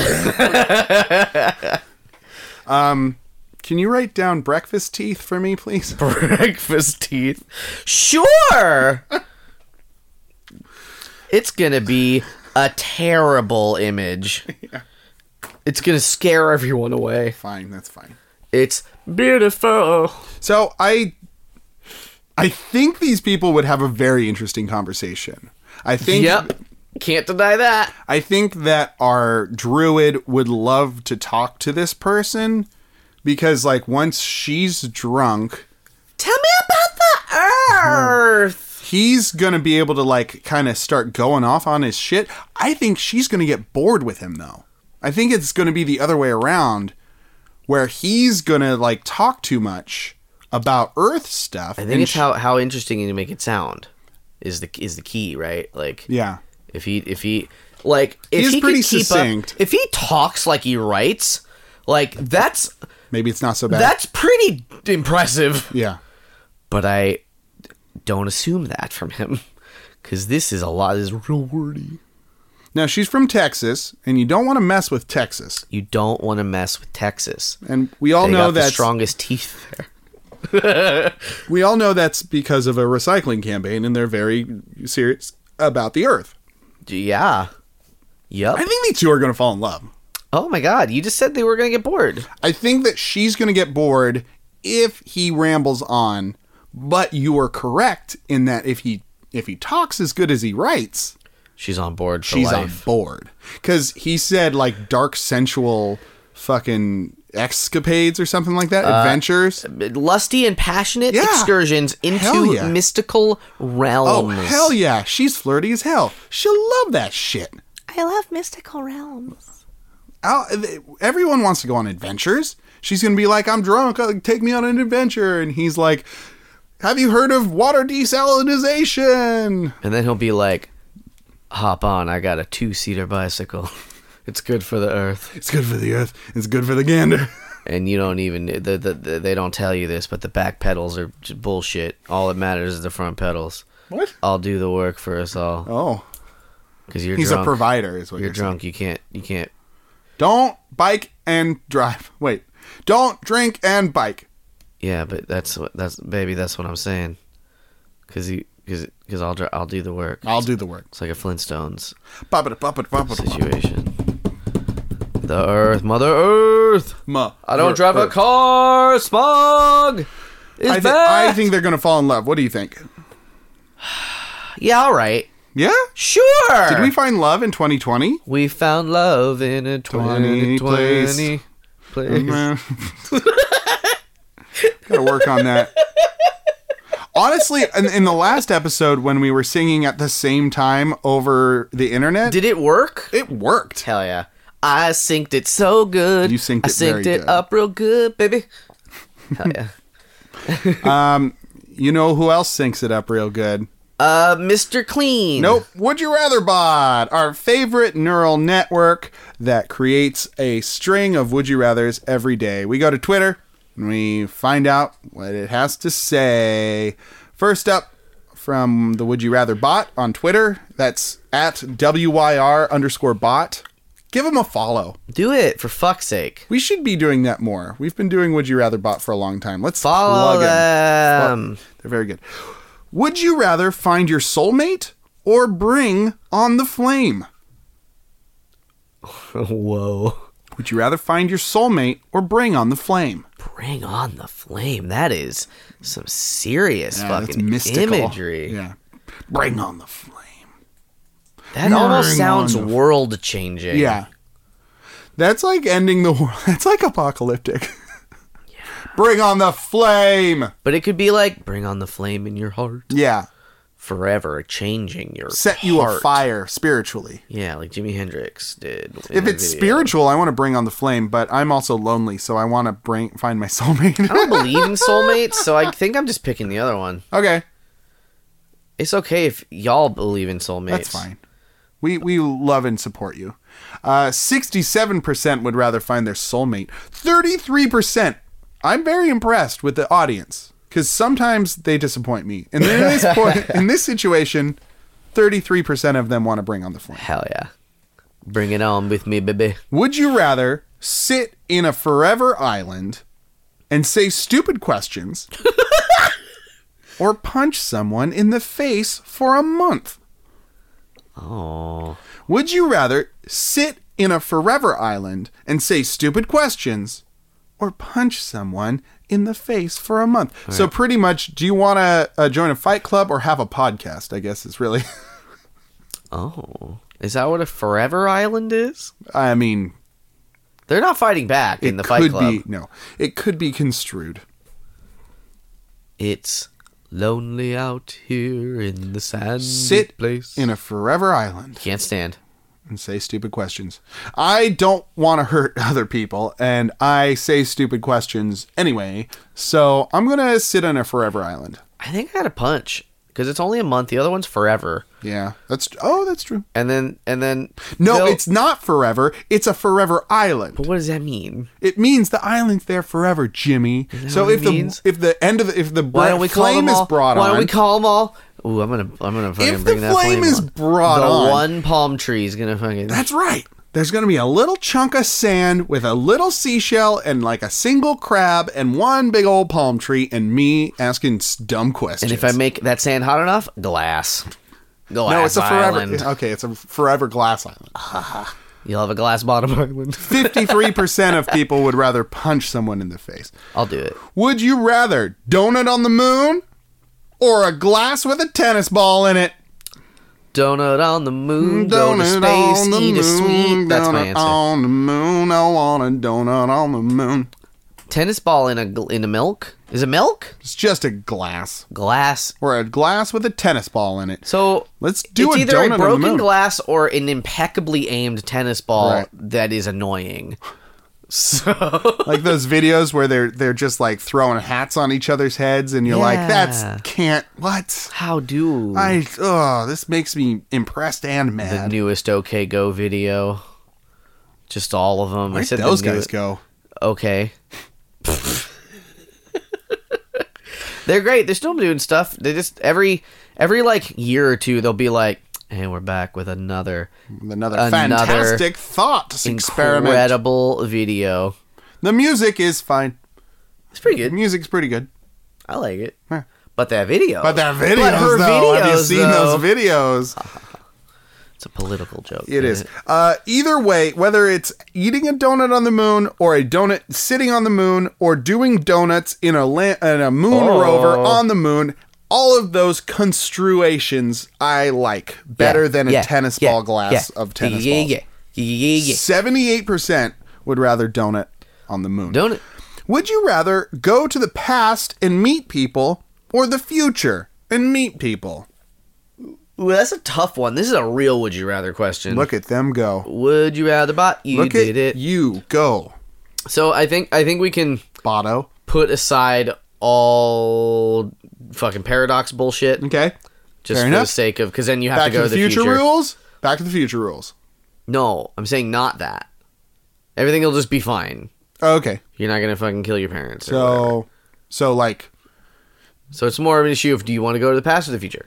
um, can you write down breakfast teeth for me, please?
breakfast teeth. Sure. it's gonna be a terrible image. It's gonna scare everyone away.
Fine, that's fine.
It's beautiful.
So I, I think these people would have a very interesting conversation. I think.
Yep. Can't deny that.
I think that our druid would love to talk to this person because, like, once she's drunk,
Tell me about the earth.
he's gonna be able to like kind of start going off on his shit. I think she's gonna get bored with him though. I think it's gonna be the other way around, where he's gonna like talk too much about Earth stuff.
I think it's how, how interesting you make it sound is the is the key, right? Like
yeah,
If he if he like if
He's
he
pretty
could keep
succinct.
Up, if he talks like he writes, like that's
maybe it's not so bad.
That's pretty impressive.
yeah,
But I don't assume that from him because this is a lot. This is real wordy.
now she's from Texas, and you don't want to mess with Texas.
You don't want to mess with Texas.
And we all
They
know
got the
that's
strongest teeth there.
we all know that's because of a recycling campaign, and they're very serious about the Earth.
Yeah. Yep.
I think the two are going to fall in love.
Oh my god, you just said they were going to get bored.
I think that she's going to get bored if he rambles on, but you are correct in that if he if he talks as good as he writes,
She's on board for
she's on
life.
board. Cuz he said like dark sensual fucking escapades or something like that, adventures.
Lusty and passionate
Yeah.
excursions
Hell
into
yeah.
mystical
Oh,
realms.
hell yeah. She's flirty as hell. She'll love that shit.
I love mystical realms.
I'll, th- everyone wants to go on adventures. She's going to be like, I'm drunk. uh, Take me on an adventure. And he's like, Have you heard of water desalinization?
And then he'll be like, "Hop on, I got a two-seater bicycle. It's good for the earth."
It's good for the earth. It's good for the gander.
And you don't even the, the, the, they don't tell you this, but the back pedals are j- bullshit. All that matters is the front pedals.
What?
I'll do the work for us all
Oh,
because you're
he's
drunk.
a provider, is what
You're
you're, saying.
drunk. You can't. You can't.
Don't bike and drive. Wait, don't drink and bike.
Yeah, but that's what that's baby. That's what I'm saying. Because you because because I'll dri- I'll do the work.
I'll do the work.
It's like a Flintstones
Pop it, pop it, pop it, pop it.
situation. The Earth, Mother Earth.
Ma-
I don't
er,
drive
er.
a car. Smog is
I, thi-
back.
I think they're going to fall in love. What do you think?
yeah, all right.
Yeah?
Sure.
Did we find love in 2020?
we found love in a 2020
Twenty
place.
place. Mm, eh. Gotta work on that. Honestly, in, in the last episode when we were singing at the same time over the internet,
Did it work?
it worked.
Hell yeah. I synced it so good.
You synced
I
it
synced
very
it
good.
up real good, baby. Hell yeah.
You know who else syncs it up real good?
Uh, Mr. Clean.
Nope. Would you rather bot, our favorite neural network that creates a string of would you rather's every day. We go to Twitter and we find out what it has to say. First up from the would you rather bot on Twitter, that's at WYR underscore bot. Give him a follow.
Do it for fuck's sake.
We should be doing that more. We've been doing Would You Rather Bot for a long time. Let's
Follow
plug 'em.
them.
They're very good. Would you rather find your soulmate or bring on the flame?
Whoa.
Would you rather find your soulmate or bring on the flame?
Bring on the flame. That is some serious
Yeah, that's
fucking imagery.
Yeah. Bring on the flame.
That almost
Bring
sounds
on the-
world changing.
Yeah. That's like ending the world. That's like apocalyptic. Bring on the flame.
But it could be like bring on the flame in your heart.
Yeah.
Forever changing your
Set you
heart.
afire spiritually.
Yeah, like Jimi Hendrix did. in
If
the
it's
video.
spiritual, I want to bring on the flame, but I'm also lonely, so I want to bring find my soulmate.
I don't believe in soulmates, so I think I'm just picking the other one.
okay.
It's okay if y'all believe in soulmates.
That's fine. We we love and support you. Uh, 67% would rather find their soulmate. 33%. I'm very impressed with the audience because sometimes they disappoint me. And in this, point, in this situation, 33% of them want to bring on the flame.
Hell yeah. Bring it on with me, baby.
Would you rather sit in a forever island and say stupid questions or punch someone in the face for a month?
Oh.
Would you rather sit in a forever island and say stupid questions or punch someone in the face for a month?
Oh,
So, pretty much, do you want to uh, join a fight club or have a podcast? I guess it's really,
Oh. Is that what a forever island is?
I mean,
They're not fighting back in the
it
fight
could
club.
be, no, it could be construed.
It's lonely out here in the sandy
Sit
place.
in a forever island
Can't stand.
and say stupid questions. I don't want to hurt other people and I say stupid questions anyway. So, I'm going to sit on a forever island.
I think I had a punch because it's only a month. The other one's forever.
Yeah, that's oh, that's true.
And then and then
No,
they'll-
it's not forever. It's a forever
But
island.
what does that mean?
It means the island's there forever, Jimmy.
that
So
what
if
it
the
means?
if the end of the, if the br-
Why don't we call
flame
them all?
is brought
why
on,
don't we call them all? Ooh, I'm gonna I'm gonna fucking
the
bring that
flame is
on.
brought
the
on-
one palm tree is gonna fucking.
that's right. There's gonna be a little chunk of sand with a little seashell and like a single crab and one big old palm tree and me asking s- dumb questions.
and if I make that sand hot enough, glass.
no, it's a
Glass
forever.
Island.
Okay, it's a forever glass island.
You'll have a glass bottom island.
Fifty-three percent of people would rather punch someone in the face.
I'll do it.
Would you rather donut on the moon or a glass with a tennis ball in it?
Donut on the moon, go to
Donut
space,
on the
eat a sweet.
moon,
That's my
donut
answer.
On the moon, I want a donut on the moon.
Tennis ball in a gl- in a milk? Is it milk?
It's just a glass
Glass.
or a glass with a tennis ball in it.
So
Let's do
it's
a
either
donut
a
on the
broken
moon.
glass or an impeccably aimed tennis ball
Right.
that is annoying. So
like those videos where they're they're just like throwing hats on each other's heads, and you're like,
Yeah.
that's can't what.
how do
I oh, this makes me impressed and
the
mad.
newest OK Go video? Just all of them. I
Where'd
said the
those
new-
guys go?
Okay. They're great. They're still doing stuff. They just every every like year or two they'll be like, and we're back with another
Another,
Another
fantastic thought experiment.
incredible video.
The music is fine.
It's pretty
The
good.
music's pretty good.
I like it.
Huh.
But that video.
But that videos,
But her
though, have you
videos,
seen
though.
those videos?
It's a political joke.
It
isn't
is. Uh, either way, whether it's eating a donut on the moon or a donut sitting on the moon or doing donuts in a la- in a moon
Oh.
rover on the moon, all of those construations I like better
Yeah,
than a
yeah,
tennis
yeah,
ball glass
yeah.
of tennis
yeah,
balls.
Yeah, yeah, yeah, yeah.
Seventy-eight percent would rather donut on the moon.
Don't it?
Would you rather go to the past and meet people or the future and meet people?
Ooh, that's a tough one. This is a real would you rather question.
Look at them go.
Would you rather bot? You
Look
did
at
it.
you go,
So I think I think we can
Botto.
put aside all fucking paradox bullshit
Okay.
just
Mm, fair
for the
enough.
sake of because then you have
Back
to go
to the future,
future
rules. Back to the future rules.
No, I'm saying not that. Everything will just be fine.
Oh, Okay.
You're not gonna fucking kill your parents. or whatever.
So, so like,
so it's more of an issue of do you want to go to the past or the future?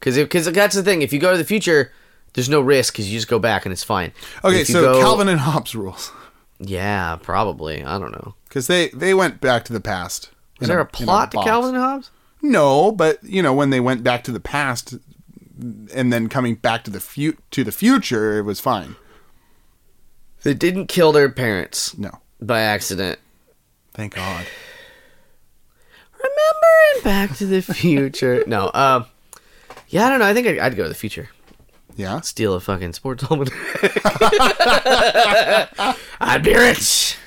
Because because that's the thing. If you go to the future, there's no risk because you just go back and it's fine.
okay.
If you
So
go-
Calvin and Hobbes rules
Yeah, probably. I don't know.
because they they went back to the past.
Is
in
there a,
in
plot to
box.
Calvin and Hobbes?
No, but you know when they went back to the past and then coming back to the fu- to the future, it was fine.
They didn't kill their parents
No,
by accident.
thank God.
Remember in Back to the Future? no. Um. Yeah, I don't know. I think I'd, I'd go to the future.
Yeah.
Steal a fucking sports almanac. I'd be rich.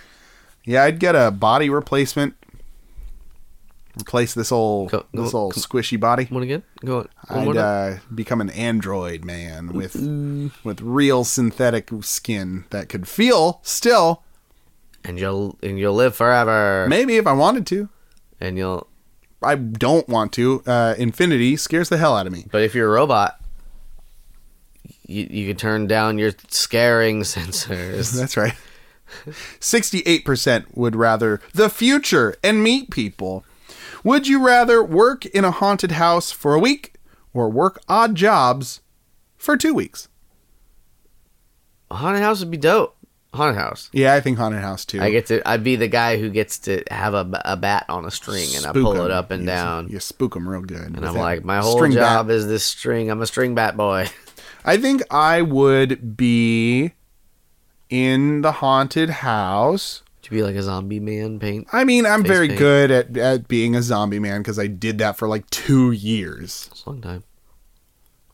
Yeah, I'd get a body replacement. Replace this old
Go- go-
this old
go-
squishy body.
One again? Go on. One
I'd
more time.
uh, become an android man with with real synthetic skin that could feel still.
and you'll and you'll live forever.
Maybe if I wanted to.
and you'll.
I don't want to. Uh, infinity scares the hell out of me.
But if you're a robot, you you can turn down your scaring sensors.
That's right. Sixty-eight percent would rather the future and meet people. Would you rather work in a haunted house for a week or work odd jobs for two weeks?
Haunted house would be dope. Haunted house.
Yeah, I think haunted house too.
I get to. I'd be the guy who gets to have a, b- a bat on a string and I
Spook
pull it
'em.
up and
You-
down.
You spook them real good.
And I'm like, my whole job is this string. I'm a string bat boy.
I think I would be in the haunted house.
to be like a zombie man paint.
I mean, I'm
Face
very
paint.
good at, at being a zombie man because I did that for like two years.
It's a long time.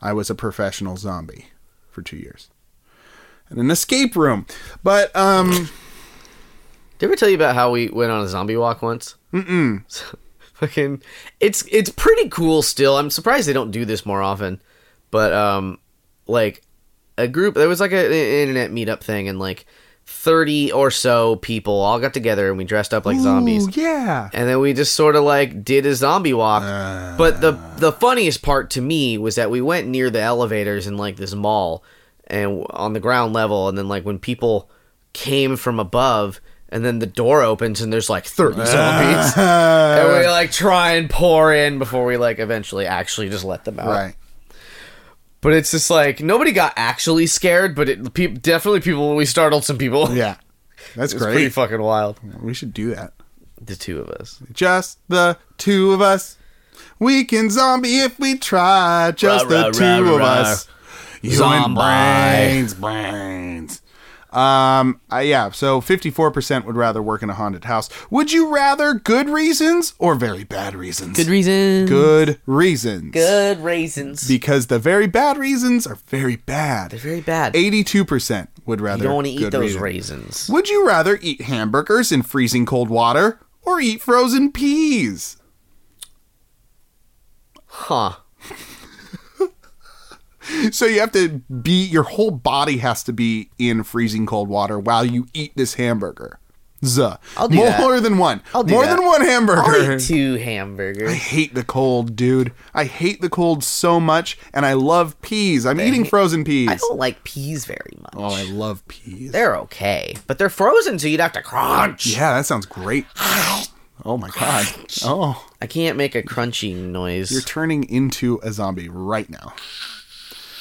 I was a professional zombie for two years. And an escape room. But um
Did I ever tell you about how we went on a zombie walk once? Mm-mm. So, fucking, it's it's pretty cool. Still, I'm surprised they don't do this more often. But um, like a group, there was like a- an internet meetup thing, and like thirty or so people all got together and we dressed up like zombies.
ooh, yeah.
and then we just sort of like did a zombie walk.
Ah.
but the the funniest part to me was that we went near the elevators in like this mall and on the ground level, and then like when people came from above, and then the door opens and there's like
Ah.
thirty zombies, and we like try and pour in before we like eventually actually just let them out.
Right.
But it's just like nobody got actually scared, but it pe- definitely people we startled some people.
Yeah. That's
It's pretty
great.
fucking wild.
we should do that.
The two of us.
Just the two of us. We can zombie if we try, just
Rah,
the
rah,
two
rah,
of
rah.
us. You and
Zombie.
brains, brains. Um, uh, yeah. So fifty-four percent would rather work in a haunted house. Would you rather good reasons or very bad reasons?
Good reasons.
Good reasons.
Good reasons.
Because the very bad reasons are very
They're
bad.
very bad. You
Eighty-two percent would rather.
don't want to eat
good
those
reasons.
raisins.
Would you rather eat hamburgers in freezing cold water or eat frozen peas?
Huh.
So you have to be your whole body has to be in freezing cold water while you eat this hamburger. Zuh.
I'll do
More
that.
than one.
I'll do
More
that.
than one hamburger.
I'll eat two
I
hamburgers.
hate the cold, dude. I hate the cold so much, and I love peas. I'm eating frozen peas.
I don't like peas very much.
oh, I love peas.
They're okay, but they're frozen, so you'd have to crunch.
Yeah, that sounds great. Oh my god. Oh,
I can't make a crunching noise.
you're turning into a zombie right now.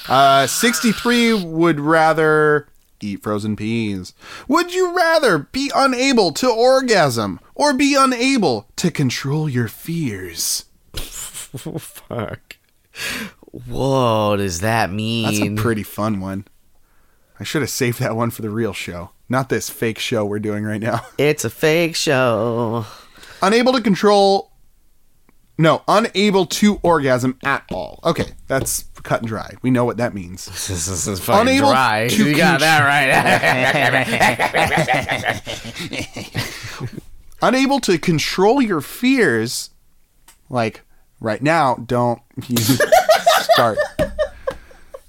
Uh, 63 would rather eat frozen peas. Would you rather be unable to orgasm or be unable to control your fears?
Fuck. What does that
That's a
mean?
pretty fun one. I should have saved that one for the real show, not this fake show we're doing right now.
it's a fake show.
unable to control no unable to orgasm at all okay that's cut and dry we know what that means
This is, this is fucking
Unable
dry.
to
you got
control-
that right.
unable to control your fears like right now don't you start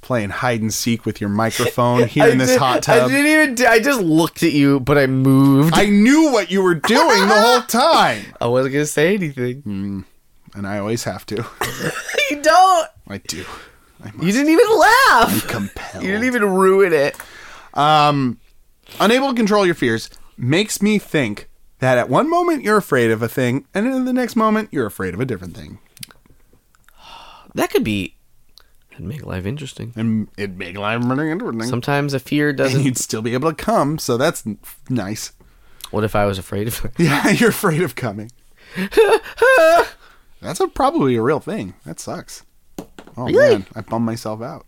playing hide and seek with your microphone here in this
did-
hot
I
tub I,
didn't even. do- I just looked at you, but I moved. I,
knew what you were doing the whole time
wasn't gonna say
Hmm.
anything.
and i always have to
you don't.
i do i'm
You didn't even laugh.
compelled
You didn't even ruin it.
unable to control your fears makes me think that at one moment you're afraid of a thing and in the next moment you're afraid of a different thing
That could be. It'd make life interesting.
and it'd make life really interesting
Sometimes a fear
and
doesn't.
you'd still be able to come so that's n- nice
What if I was afraid of?
yeah you're afraid of coming that's a, probably a real thing that sucks oh
Really?
man i bummed myself out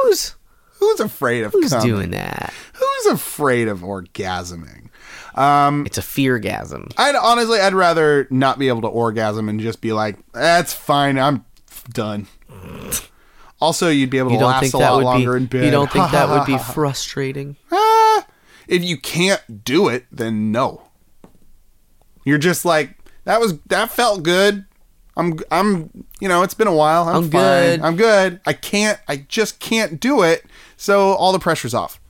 Who's
who's afraid of
who's
coming?
doing that?
who's afraid of orgasming Mm.
It's a feargasm.
i'd honestly i'd rather not be able to orgasm and just be like that's fine i'm f- done also you'd be able to
You don't
last
think
a
that
lot
would
longer in
be?
bed
You don't think
Ha,
that
ha,
would
ha,
be
ha, ha.
frustrating?
Ah, if you can't do it, then no. You're just like that was that felt good. I'm I'm you know it's been a while. I'm,
I'm
fine.
good.
I'm good. I can't. I just can't do it. So all the pressure's off.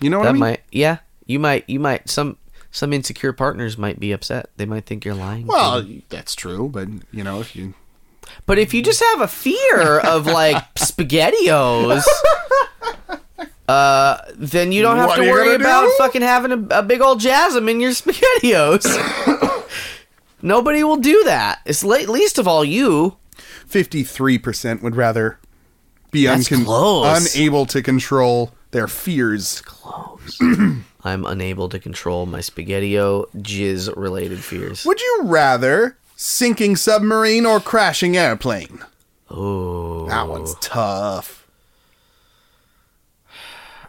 You know what
That
I mean?
might. Yeah, you might. You might. Some some insecure partners might be upset. They might think you're lying. to
well, that's true, but you know if you
But if you just have a fear of like spaghettios, uh, then you don't have
What
to
are you
worry
gonna
about
do?
fucking having a, a big old jasm in your spaghettios. Nobody will do that. It's le- least of all you.
fifty three percent would rather be
That's
uncon-
close.
unable to control their fears.
Close. I'm unable to control my spaghettio jizz related fears.
Would you rather sinking submarine or crashing airplane?
Oh,
That one's tough.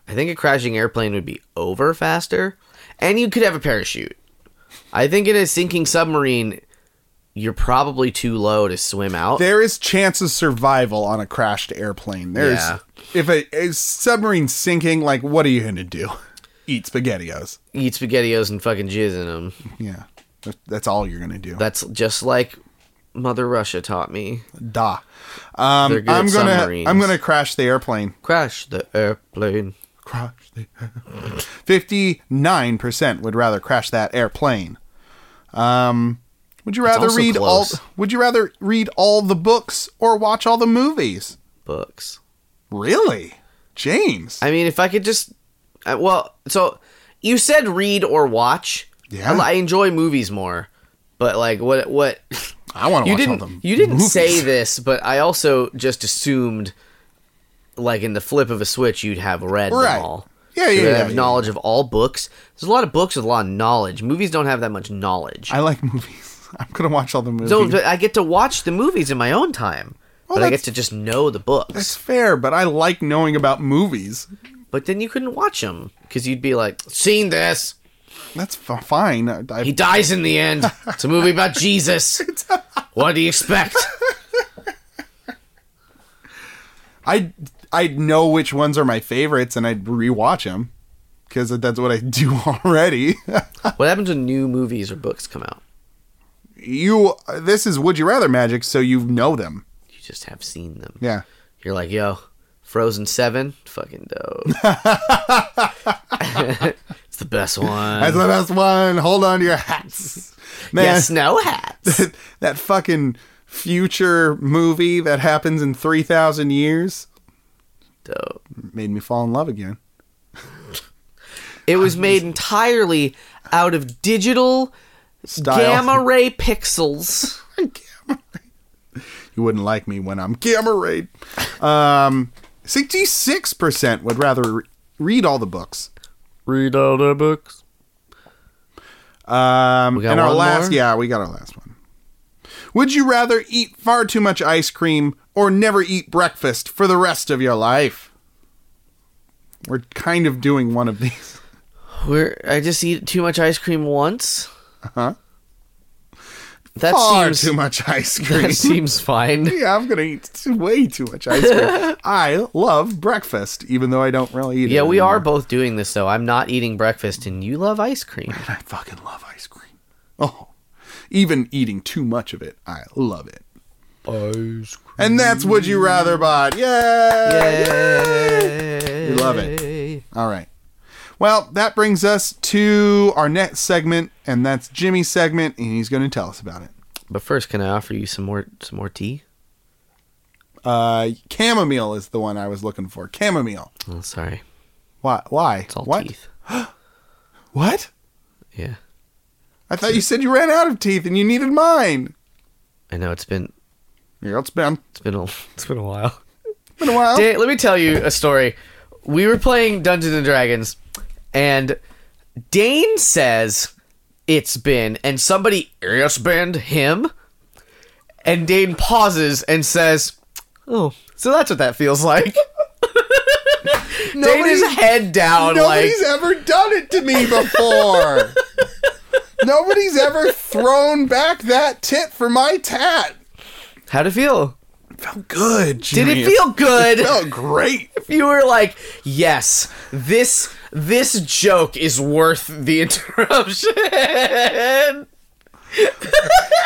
I think a crashing airplane would be over faster, and you could have a parachute. I think in a sinking submarine, you're probably too low to swim out.
There is chance of survival on a crashed airplane. There's
Yeah.
if a, a submarine's sinking, like what are you gonna do? Eat spaghettios.
Eat spaghettios and fucking jizz in them.
Yeah, That- that's all you're gonna do.
That's just like Mother Russia taught me.
da. Um,
They're good
I'm gonna
submarines.
I'm gonna crash the airplane.
Crash the airplane.
Crash the airplane. Fifty nine percent would rather crash that airplane. Um, would you rather
also
read
close.
all? Would you rather read all the books or watch all the movies?
Books.
Really, James?
I mean, if I could just, I, well, so you said read or watch.
Yeah.
I, I enjoy movies more, but like what what
I want to
you
watch
didn't
all them.
you didn't say this, but I also just assumed, like in the flip of a switch, you'd have read
Right.
them all.
Yeah,
You
yeah,
would
yeah,
have
yeah.
knowledge of all books. There's a lot of books with a lot of knowledge. Movies don't have that much knowledge.
I like movies. I'm gonna watch all the movies.
So I get to watch the movies in my own time,
Well,
but I
that's-
get to just know the books.
That's fair, but I like knowing about movies.
But then you couldn't watch them because you'd be like, "Seen this?
That's f- fine. I, I-
He dies in the end. It's a movie about Jesus. What do you expect?"
I I know which ones are my favorites, and I'd rewatch them because that's what I do already.
What happens when new movies or books come out?
you, this is Would You Rather magic, so you know them.
You just have seen them.
Yeah,
You're like, "Yo, Frozen Seven, fucking dope. it's the best
that's
one."
the best one. Hold on to your hats, man.
Uh. Yes, no hats.
that fucking future movie that happens in three thousand years
dope.
made me fall in love again.
It was made entirely out of digital
Style.
gamma ray pixels.
You wouldn't like me when I'm gamma rayed. Um, sixty-six percent would rather re- read all the books.
Read all the books.
Um,
We got
and our
one
last,
more?
yeah, we got our last one. Would you rather eat far too much ice cream or never eat breakfast for the rest of your life? We're kind of doing one of these.
Where I just eat too much ice cream once.
Uh-huh.
That
far
seems
too much ice cream.
that seems fine.
yeah, I'm gonna eat t- way too much ice cream. I love breakfast, even though I don't really eat it.
Yeah, we
anymore.
are both doing this though. I'm not eating breakfast, and you love ice cream.
I fucking love ice cream. Oh, even eating too much of it, I love it.
Ice cream.
And that's would you rather bot. Yay!
Yay!
We love it. All right. Well, that brings us to our next segment, and that's Jimmy's segment, and he's going to tell us about it.
But first, can I offer you some more some more tea?
Uh, chamomile is the one I was looking for. Chamomile.
Oh, sorry,
Why? Why?
it's all
what?
teeth.
What?
Yeah,
I thought you said you ran out of teeth and you needed mine.
I know it's been
Yeah, it's been
it's been a it's been a while.
been a while.
Dan- let me tell you a story. We were playing Dungeons and Dragons, and Dane says it's been, and somebody it's been him, and Dane pauses and says, "Oh, so that's what that feels like." Dane is
Nobody's-
head down, like
Nobody's ever done it to me before. Nobody's ever thrown back that tit for my tat.
how'd it feel?
Felt good.
Did
Jimmy.
it feel good?
Felt great.
you were like, yes, this this joke is worth the interruption.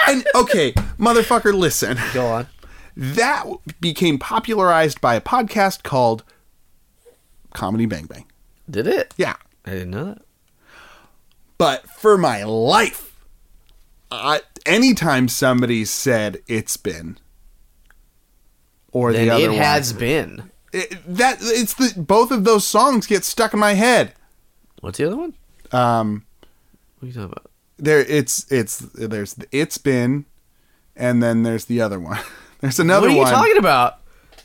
And okay, motherfucker, listen.
Go on.
That became popularized by a podcast called Comedy Bang Bang.
Did it?
Yeah.
I didn't know that.
But for my life, I, anytime somebody said it's been or
Then
the other
it
one,
has been.
it- that it's the both of those songs get stuck in my head.
What's the other one?
Um,
What are you talking about?
there it's it's there's the it's been, and then there's the other one. There's another
what are
one.
you talking about?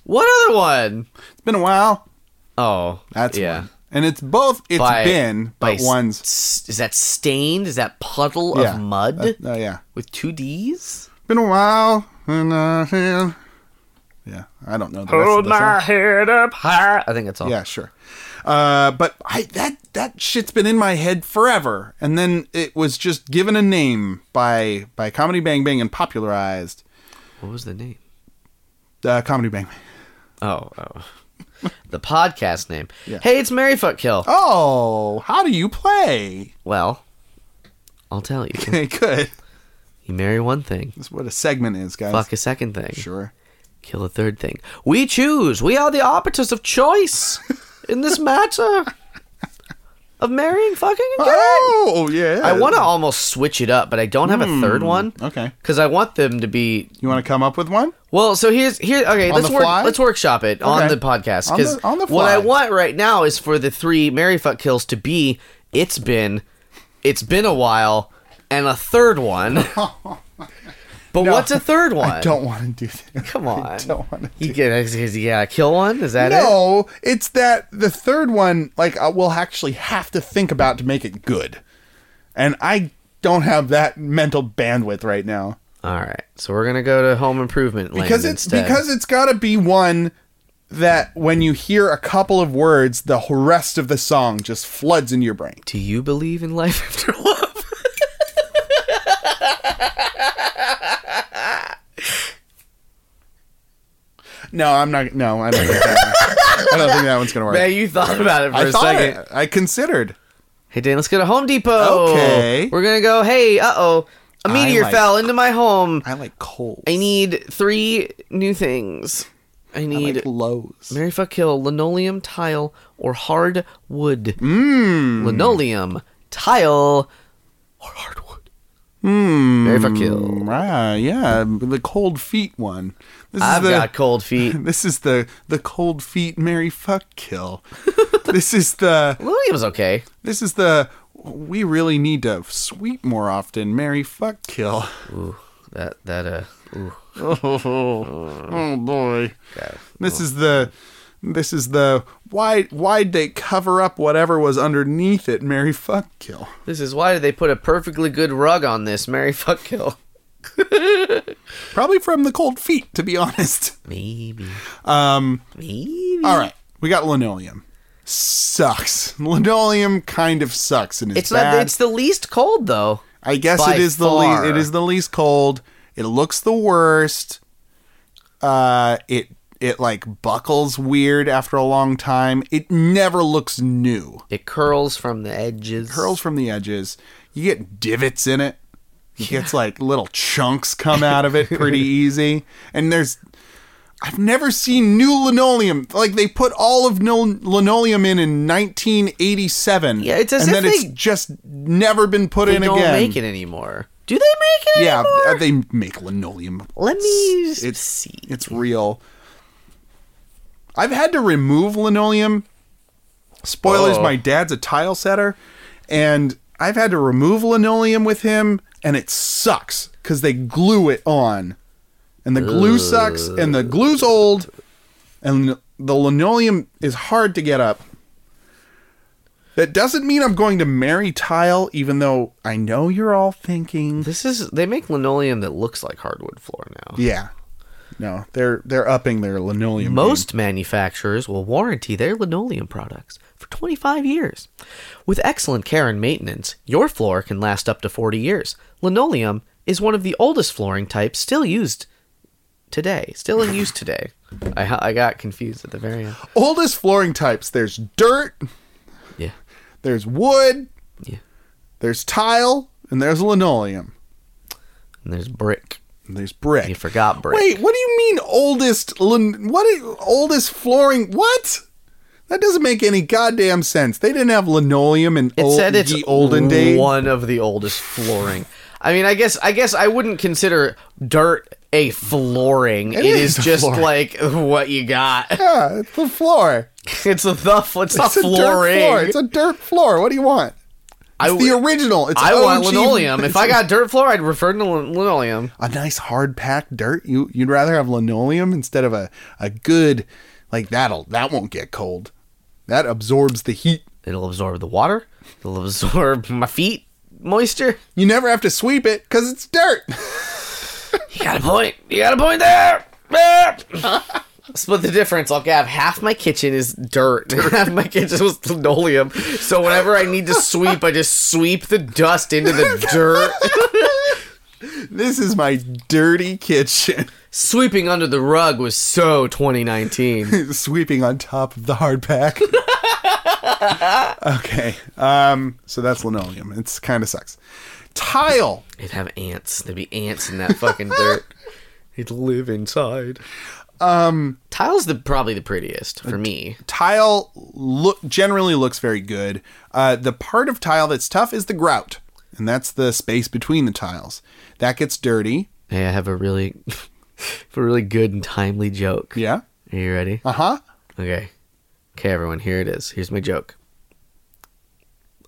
What other one?
It's been a while.
Oh,
That's
yeah.
one. And it's both It's
By-
been,
By
but one's
s- is that stained? Is that puddle
yeah,
of mud
Uh, Oh yeah,
with two D's?
been a while. and, uh, yeah. Yeah, I don't know the rest of the song.
head up high. I think that's all.
Yeah, sure. Uh, but I that that shit's been in my head forever, and then it was just given a name by by Comedy Bang Bang and popularized
What was the name?
uh, Comedy Bang Bang.
Oh, oh. the podcast name.
Yeah.
Hey, it's Mary Fuck Kill.
Oh, how do you play?
Well, I'll tell you.
Okay, good.
you marry one thing,
That's what a segment is, guys.
fuck a second thing.
Sure.
kill a third thing. We choose. We are the arbiters of choice in this matter of marrying, fucking, and killing.
Oh yeah.
I want to almost switch it up, but I don't have a third one
Hmm, Okay.
because I want them to be.
You want to come up with one?
Well, so here's here. Okay,
On
let's
the
work.
fly?
Let's workshop it on
Okay.
the podcast
On the-
because
on the
what I
fly.
want right now is for the three Mary fuck kills to be. It's been, it's been a while, and a third one. But what's a third one?
I don't want to do that.
Come
I
on.
don't want to do
You get you gotta kill one? Is that it?
No, it's that the third one, like, I will actually have to think about to make it good. And I don't have that mental bandwidth right now
All right, so we're gonna go to Home Improvement Land
because it's
instead.
because it's got to be one that when you hear a couple of words, the whole rest of the song just floods in your brain.
Do you believe in life after love?
No, I'm not. No, I don't think that, I don't think that one's gonna work.
Man, you thought about it for
I
a
thought
second.
it. I considered.
Hey, Dan, let's go to Home Depot.
Okay.
We're gonna go. Hey, uh oh, a
I
meteor
like-
fell into my home.
I like cold.
I need three new things. I
I
need
like lows.
Mary fuck kill linoleum tile or hard wood.
Mm.
Linoleum tile or hardwood.
Hmm.
Mary fuck kill.
Ah, yeah, the cold feet one. This
I've
is the,
got cold feet.
This is the the cold feet Mary fuck kill. this is the
Linoleum's okay.
This is the we really need to sweep more often. Mary fuck kill.
Ooh, that that uh. Ooh,
Oh,
Oh.
boy.
God.
This is the this is the why why'd they cover up whatever was underneath it, Mary fuck kill.
This is why they put a perfectly good rug on this. Mary fuck kill.
Probably from the cold feet, to be honest.
Maybe.
Um
Maybe.
Alright. We got linoleum. Sucks. Linoleum kind of sucks and it's,
It's
bad.
not. It's the least cold though.
I guess
by
it is the least.
far.
It is the least cold. It looks the worst. Uh, it it like buckles weird after a long time. It never looks new.
It curls from the edges.
Curls from the edges. You get divots in it. It gets like little chunks come out of it pretty easy. And there's I've never seen new linoleum. Like they put all of no- linoleum in in 1987.
Yeah, it's as
and
if
then
they-
it's just never been put
They
in
don't
again.
make it anymore. Do they make it?
Yeah,
anymore?
uh, they make linoleum.
Let me s-
it's,
see.
It's real. I've had to remove linoleum. Spoilers,
Oh.
my dad's a tile setter, and I've had to remove linoleum with him, and it sucks because they glue it on. And the glue sucks, and the glue's old, and the linoleum is hard to get up. That doesn't mean I'm going to marry tile, even though I know you're all thinking.
This is. They make linoleum that looks like hardwood floor now.
Yeah. No, they're they're upping their linoleum. game.
Most manufacturers will warranty their linoleum products for 25 years. With excellent care and maintenance, your floor can last up to 40 years. Linoleum is one of the oldest flooring types still used today, still in use today. I, I got confused at the very end.
oldest flooring types. There's dirt,
Yeah.
there's wood,
Yeah.
there's tile, and there's linoleum.
And there's brick.
And there's brick.
You forgot brick.
Wait, what do you mean oldest lin- what i- oldest flooring? What? That doesn't make any goddamn sense. They didn't have linoleum in
It
old,
said it's
the olden days.
One of the oldest flooring. I mean, I guess I guess I wouldn't consider dirt a flooring. it
is
is,
a
just
flooring.
like what you got.
Yeah, it's the floor.
It's a the it's,
It's
a
a
flooring.
dirt floor. It's a dirt floor. What do you want?
I
It's the
w-
original. It's
I want
OG.
linoleum. If I got dirt floor, I'd refer to lin- linoleum.
a nice hard packed dirt. You you'd rather have linoleum instead of a, a good like that'll that won't get cold. That absorbs the heat.
It'll absorb the water. It'll absorb my feet moisture.
You never have to sweep it because it's dirt.
You got a point. You got a point there. Ah! Split the difference. I'll have half my kitchen is dirt, and half my kitchen was linoleum. So whenever I need to sweep, I just sweep the dust into the dirt.
this is my dirty kitchen.
Sweeping under the rug was so 2019.
Sweeping on top of the hard pack. okay. Um so that's linoleum. It's kinda sucks. Tile.
It'd have ants. There'd be ants in that fucking dirt. It'd live inside. Um, tile's the probably the prettiest for me.
Tile look generally looks very good. Uh, the part of tile that's tough is the grout, and that's the space between the tiles. That gets dirty.
Hey, I have a really, I have a really good and timely joke.
Yeah.
Are you ready?
Uh huh.
Okay. Okay, everyone. Here it is. Here's my joke.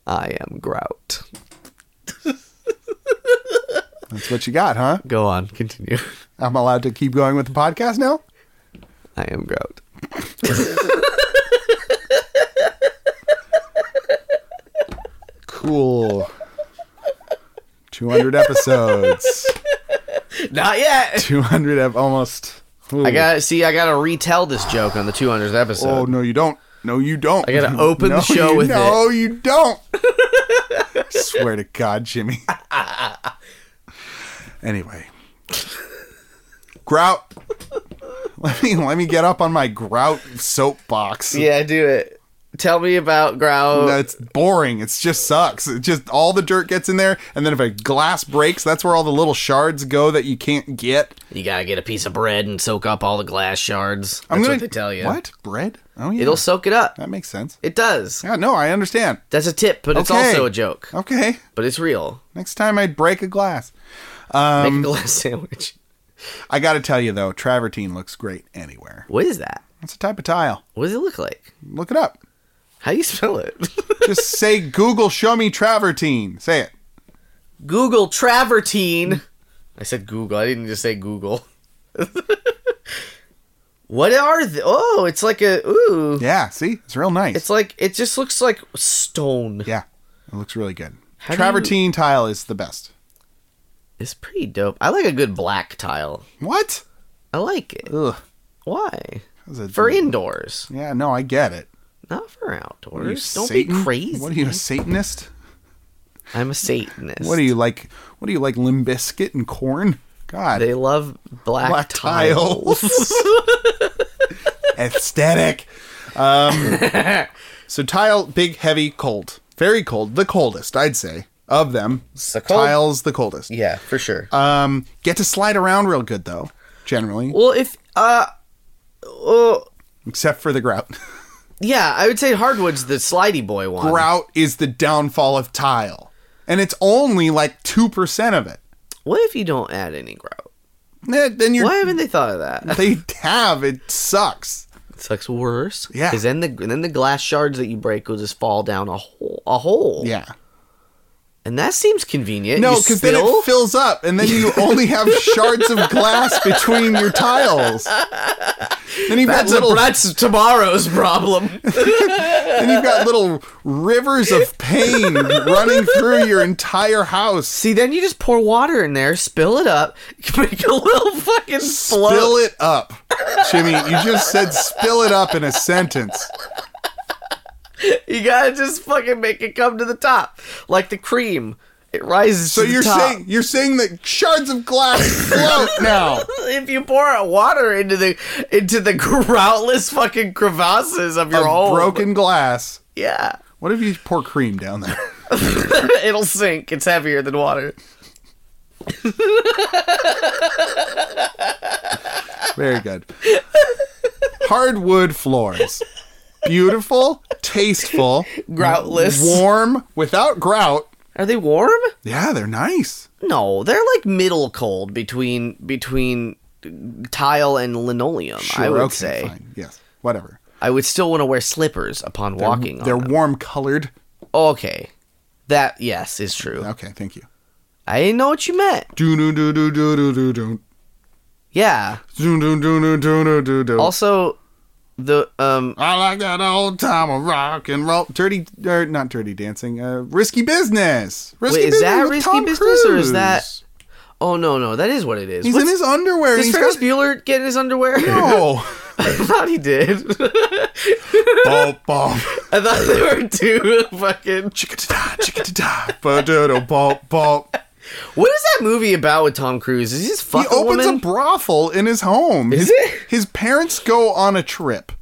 I am grout.
That's what you got, huh?
Go on. Continue.
I'm allowed to keep going with the podcast now.
I am grout.
Cool. 200 episodes.
Not yet.
200 ep- almost. Ooh.
I got to see. I got to retell this joke on the 200th episode.
Oh no, you don't. No, you don't.
uh, I gotta open the show
you-
with
No, you don't. Swear to God, Jimmy. anyway, grout. Let me let me get up on my grout soapbox.
Yeah, do it. Tell me about Growl.
No, it's boring. It's just sucks. It just all the dirt gets in there, and then if a glass breaks, that's where all the little shards go that you can't get.
You gotta get a piece of bread and soak up all the glass shards. That's what they tell you.
What bread? Oh yeah,
It'll soak it up.
that makes sense.
It does.
Yeah, no, I understand.
That's a tip, but it's
Okay.
also a joke.
Okay.
But it's real.
Next time I break a glass. Um,
Make a glass sandwich.
I got to tell you though, travertine looks great anywhere.
What is that?
That's a type of tile.
What does it look like?
Look it up.
How do you spell it?
Just say Google show me travertine. Say it.
Google travertine. I said Google. I didn't just say Google. what are the? Oh, it's like a ooh.
Yeah, see? It's real nice.
It's like it just looks like stone.
yeah. It looks really good.
How do
travertine tile is the best.
It's pretty dope. I like a good black tile.
What?
I like it.
Ugh.
Why?
That was a-
For indoors,
Yeah, no, I get it.
not for outdoors.
Mm. What are you,
Don't
Satan?
be crazy.
What are you a Satanist?
I'm a Satanist.
What do you like? What do you like limb biscuit and corn? God.
They love black,
Black
tiles.
aesthetic. Um, so tile, big, heavy, cold, very cold, the coldest I'd say of them.
So cold.
Tiles, the coldest.
yeah, for sure.
Um, get to slide around real good though, generally,
well, if uh, oh
except for the grout.
yeah, I would say hardwood's the slidey boy one.
grout is the downfall of tile, and it's only like two percent of it.
What if you don't add any grout?
Eh, Then you're
Why haven't they thought of that?
they have it sucks.
It sucks worse.
Yeah.
because then the then the glass shards that you break will just fall down a hole, a hole.
Yeah.
and that seems convenient.
No,
You
because then
spill?
it fills up, and then you only have shards of glass between your tiles. Then you've got
That's, a-
little,
that's tomorrow's problem.
then you've got little rivers of pain running through your entire house.
See, then you just pour water in there, spill it up, make a little fucking float.
Spill it up, Jimmy. You just said "spill it up" in a sentence.
You gotta just fucking make it come to the top, like the cream. It rises
So
to the
you're
top.
saying you're saying that shards of glass float now.
if you pour out water into the into the groutless fucking crevasses of your
Of
hole,
broken glass.
yeah,
What if you pour cream down there?
it'll sink. It's heavier than water.
Very good. Hardwood floors. Beautiful, tasteful,
Groutless.
warm, without grout.
Are they warm?
Yeah, they're nice.
No, they're like middle cold between between tile and linoleum. I would say
Fine. Yes, whatever.
I would still want to wear slippers upon walking.
They're
on them.
warm colored.
Okay. That yes is true.
Okay, thank you.
I didn't know what you meant.
Do do do do do do do do
Yeah.
do do do do do do do.
Also, the um
I like that old time of rock and roll. Dirty, or not dirty dancing. Uh, risky business. Risky
Wait, is that
with
Risky
Tom
Business or is
Cruise.
that- oh no no that is what it is.
He's
What's-
in his underwear. and
Does
he's
Ferris
got-
Bueller get in his underwear?
No.
I thought he did.
Bop, bop.
I thought they were two fucking.
Chicka-da-da, chicka-da-da, ba-da-da, bop, bop.
What is that movie about with Tom Cruise? Is he just
He
fucking
opens
woman?
a brothel in his home.
Is
his,
it?
His parents go on a trip.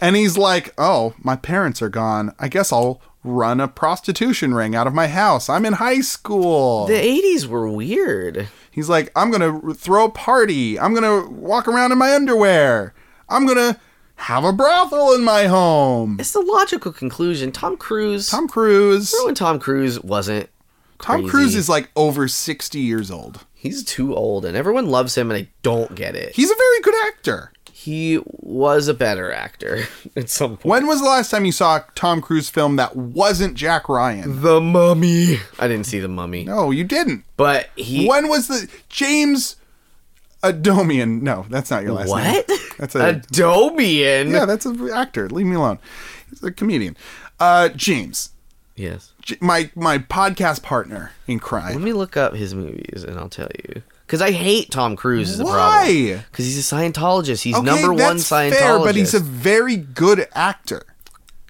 And he's like, oh, my parents are gone. I guess I'll run a prostitution ring out of my house. I'm in high school.
the '80s were weird.
he's like, I'm going to throw a party. I'm going to walk around in my underwear. I'm going to have a brothel in my home.
It's the logical conclusion. Tom Cruise.
Tom Cruise.
Remember when Tom Cruise wasn't.
Tom
crazy?
Cruise is like over 60 years old.
He's too old, and everyone loves him, and I don't get it.
He's a very good actor.
he was a better actor at some point.
When was the last time you saw a Tom Cruise film that wasn't Jack Ryan?
The Mummy. I didn't see The Mummy,
No, you didn't.
but he.
When was the James Adomian? No, that's not your last name.
What?
That's a
Adobian.
yeah. That's an actor. Leave me alone. He's a comedian. Uh, James
Yes.
J- my my podcast partner in
Let
crime.
me look up his movies and I'll tell you. Because I hate Tom Cruise is the problem.
Why?
Because he's a Scientologist. He's number one Scientologist.
but he's a very good actor.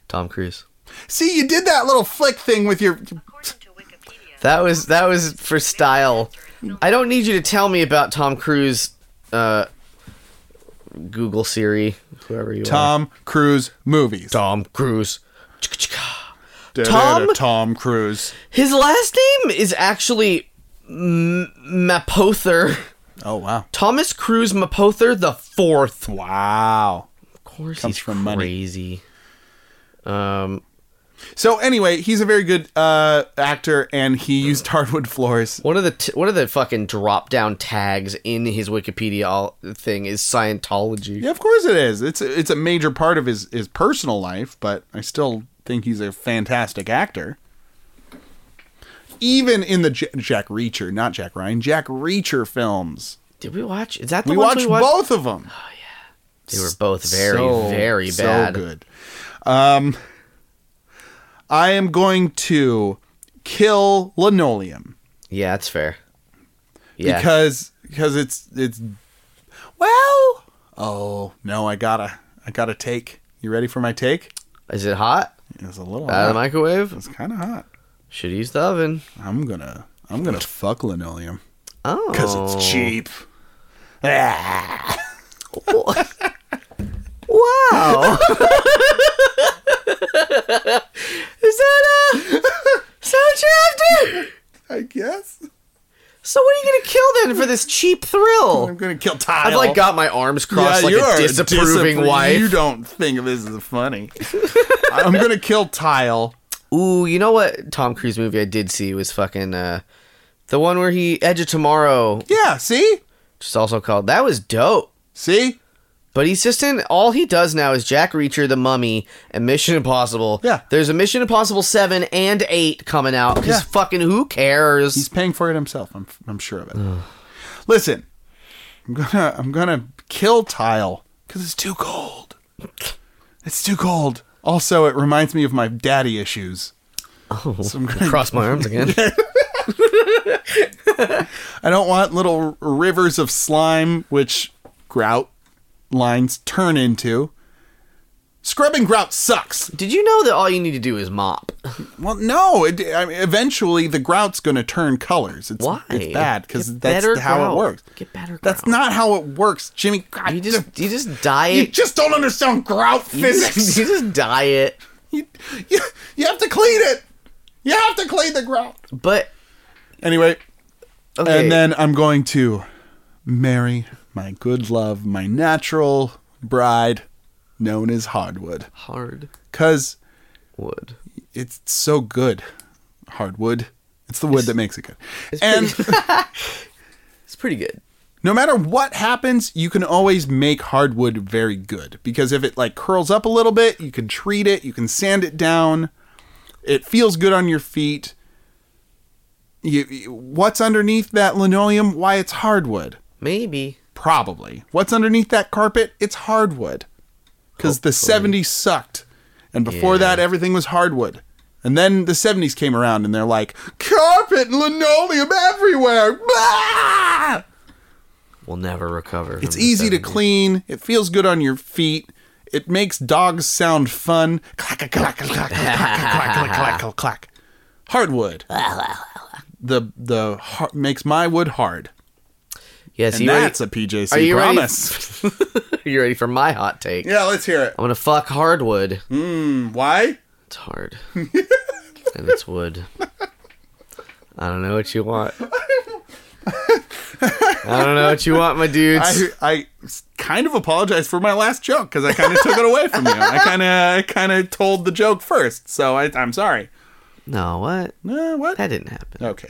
Tom Cruise.
See, you did that little flick thing with your.
According to Wikipedia,
That was that was for style. I don't need you to tell me about Tom Cruise. Uh, Google Siri, whoever you are.
Tom Cruise movies.
Tom Cruise.
Da-da-da, Tom Cruise.
His last name is actually M- Mapother.
Oh wow.
Thomas Cruise Mapother the Fourth.
Wow.
Of course,
Comes
he's
from money.
crazy. Um,
So anyway, he's a very good uh, actor, and he used hardwood floors.
one of the t- one of the fucking drop down tags in his Wikipedia all- thing is Scientology.
Yeah, of course it is. It's it's a major part of his his personal life, but I still think he's a fantastic actor. Even in the J- Jack Reacher, not Jack Ryan, Jack Reacher films,
Did we watch? Is that the
we
ones
watched,
we watched?
both of them.
They were both very,
So,
very
so
bad.
good. Um, I am going to kill linoleum
Yeah, that's fair. Yeah,
because because it's it's well. Oh no, I gotta I gotta take. You ready for my take?
is it hot?
It's a little
Out of the
hot.
microwave?
It's kind of hot.
Should use the oven.
I'm gonna I'm gonna fuck linoleum
Oh,
because it's cheap. Ah.
Wow. is that a? Is that what you're after?
I guess
So what are you gonna kill then for this cheap
I'm
thrill?
gonna kill Tyler.
I've like got my arms crossed like
you're
a disapproving
disappro-
wife.
You don't think this is funny. I'm gonna kill Tile.
Ooh, you know what Tom Cruise movie I did see was fucking uh, the one where he Edge of Tomorrow,
Yeah, see,
which is also called. That was dope.
see,
But he's just in. All he does now is Jack Reacher, The Mummy, and Mission Impossible.
Yeah.
There's a Mission Impossible seven and eight coming out. Cause
Yeah.
fucking who cares?
he's paying for it himself. I'm I'm sure of it. Listen, I'm gonna I'm gonna kill Tile because it's too cold. It's too cold. Also, it reminds me of my daddy issues. Oh, so I'm gonna
Cross my arms again.
I don't want little r- rivers of slime, which grout lines turn into. Scrubbing grout sucks.
Did you know that all you need to do is mop?
Well, no. It, I mean, eventually, the grout's going to turn colors. It's,
Why?
It's bad because
Get
that's
better
how
grout.
it works.
Get better
That's
grout.
not how it works, Jimmy. God,
You just you just dye
you
it.
just don't understand grout
You just,
physics.
you just dye it.
you, you, you have to clean it. You have to clean the grout.
But
Anyway,
okay.
And then I'm going to marry my good love, my natural bride, known as Hardwood.
hard
Because
wood.
it's so good. Hardwood. It's the wood that makes it good. And
It's pretty good.
no matter what happens, you can always make hardwood very good. Because if it like curls up a little bit, you can treat it, you can sand it down. It feels good on your feet. You, you- what's underneath that linoleum? Why it's hardwood.
Maybe.
Probably. What's underneath that carpet? It's hardwood. Because the 70s sucked. And before
Yeah.
that, everything was hardwood. And then the 70s came around and they're like, carpet and linoleum everywhere. Bah!
We'll never recover.
It's easy to clean. It feels good on your feet. It makes dogs sound fun. Clack, clack, clack, clack, clack, clack, clack, clack, clack, clack. Hardwood. The the har- makes my wood hard.
Yes,
And
you
that's
ready?
a PJC
Are you ready?
promise.
you ready for my hot take?
yeah, let's hear it.
I'm gonna fuck hardwood.
Why?
It's hard. and it's wood. I don't know what you want. I don't know what you want, my dudes.
I, I kind of apologize for my last joke because I kind of took it away from you. I kind of I kind of told the joke first, so I, I'm sorry.
No, what?
Uh, what?
That didn't happen.
Okay.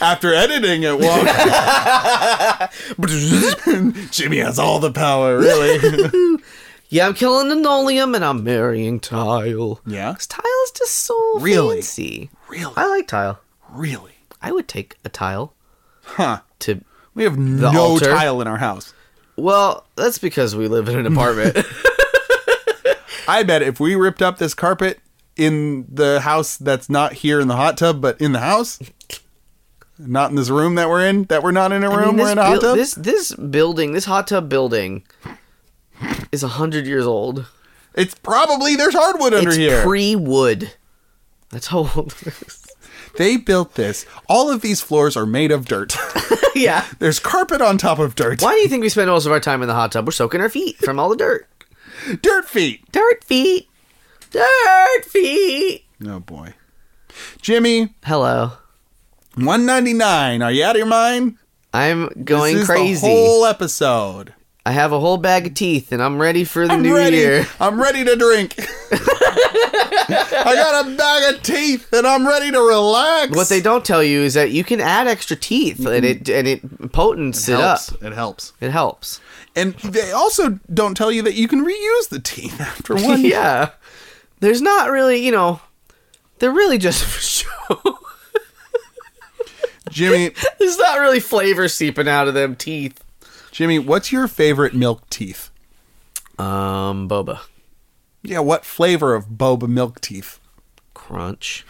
After editing it, well, Jimmy has all the power, really.
Yeah, I'm killing linoleum and I'm marrying tile.
Yeah?
'Cause tile is just so
Really?
fancy.
really,
I like tile.
really,
I would take a tile
huh?
to.
We have no
altar?
tile in our house.
Well, that's because we live in an apartment.
I bet if we ripped up this carpet, in the house that's not here in the hot tub, but in the house. Not in this room that we're in. That we're not in a room.
I mean,
we're
this,
in a hot
buil-
tub.
this this building, this hot tub building, is hundred years old.
It's probably there's hardwood under
it's
here.
pre-wood. That's how old it is.
they built this. All of these floors are made of dirt.
yeah.
there's carpet on top of dirt.
Why do you think we spend most of our time in the hot tub? We're soaking our feet from all the dirt.
Dirt feet.
Dirt feet. Dirt feet.
Oh boy. Jimmy,
Hello.
199. Are you out of your mind?
I'm going
this is
crazy.
The whole episode.
I have a whole bag of teeth and I'm ready for the
I'm
new
ready.
year.
I'm ready to drink. I got a bag of teeth and I'm ready to relax.
What they don't tell you is that you can add extra teeth and it and it potents it, up.
helps. It helps.
It helps.
And they also don't tell you that you can reuse the teeth after one.
yeah. There's not really, you know, they're really just for show.
Jimmy,
There's not really flavor seeping out of them teeth.
Jimmy, what's your favorite milk teeth?
Um, boba.
Yeah, what flavor of boba milk teeth?
Crunch.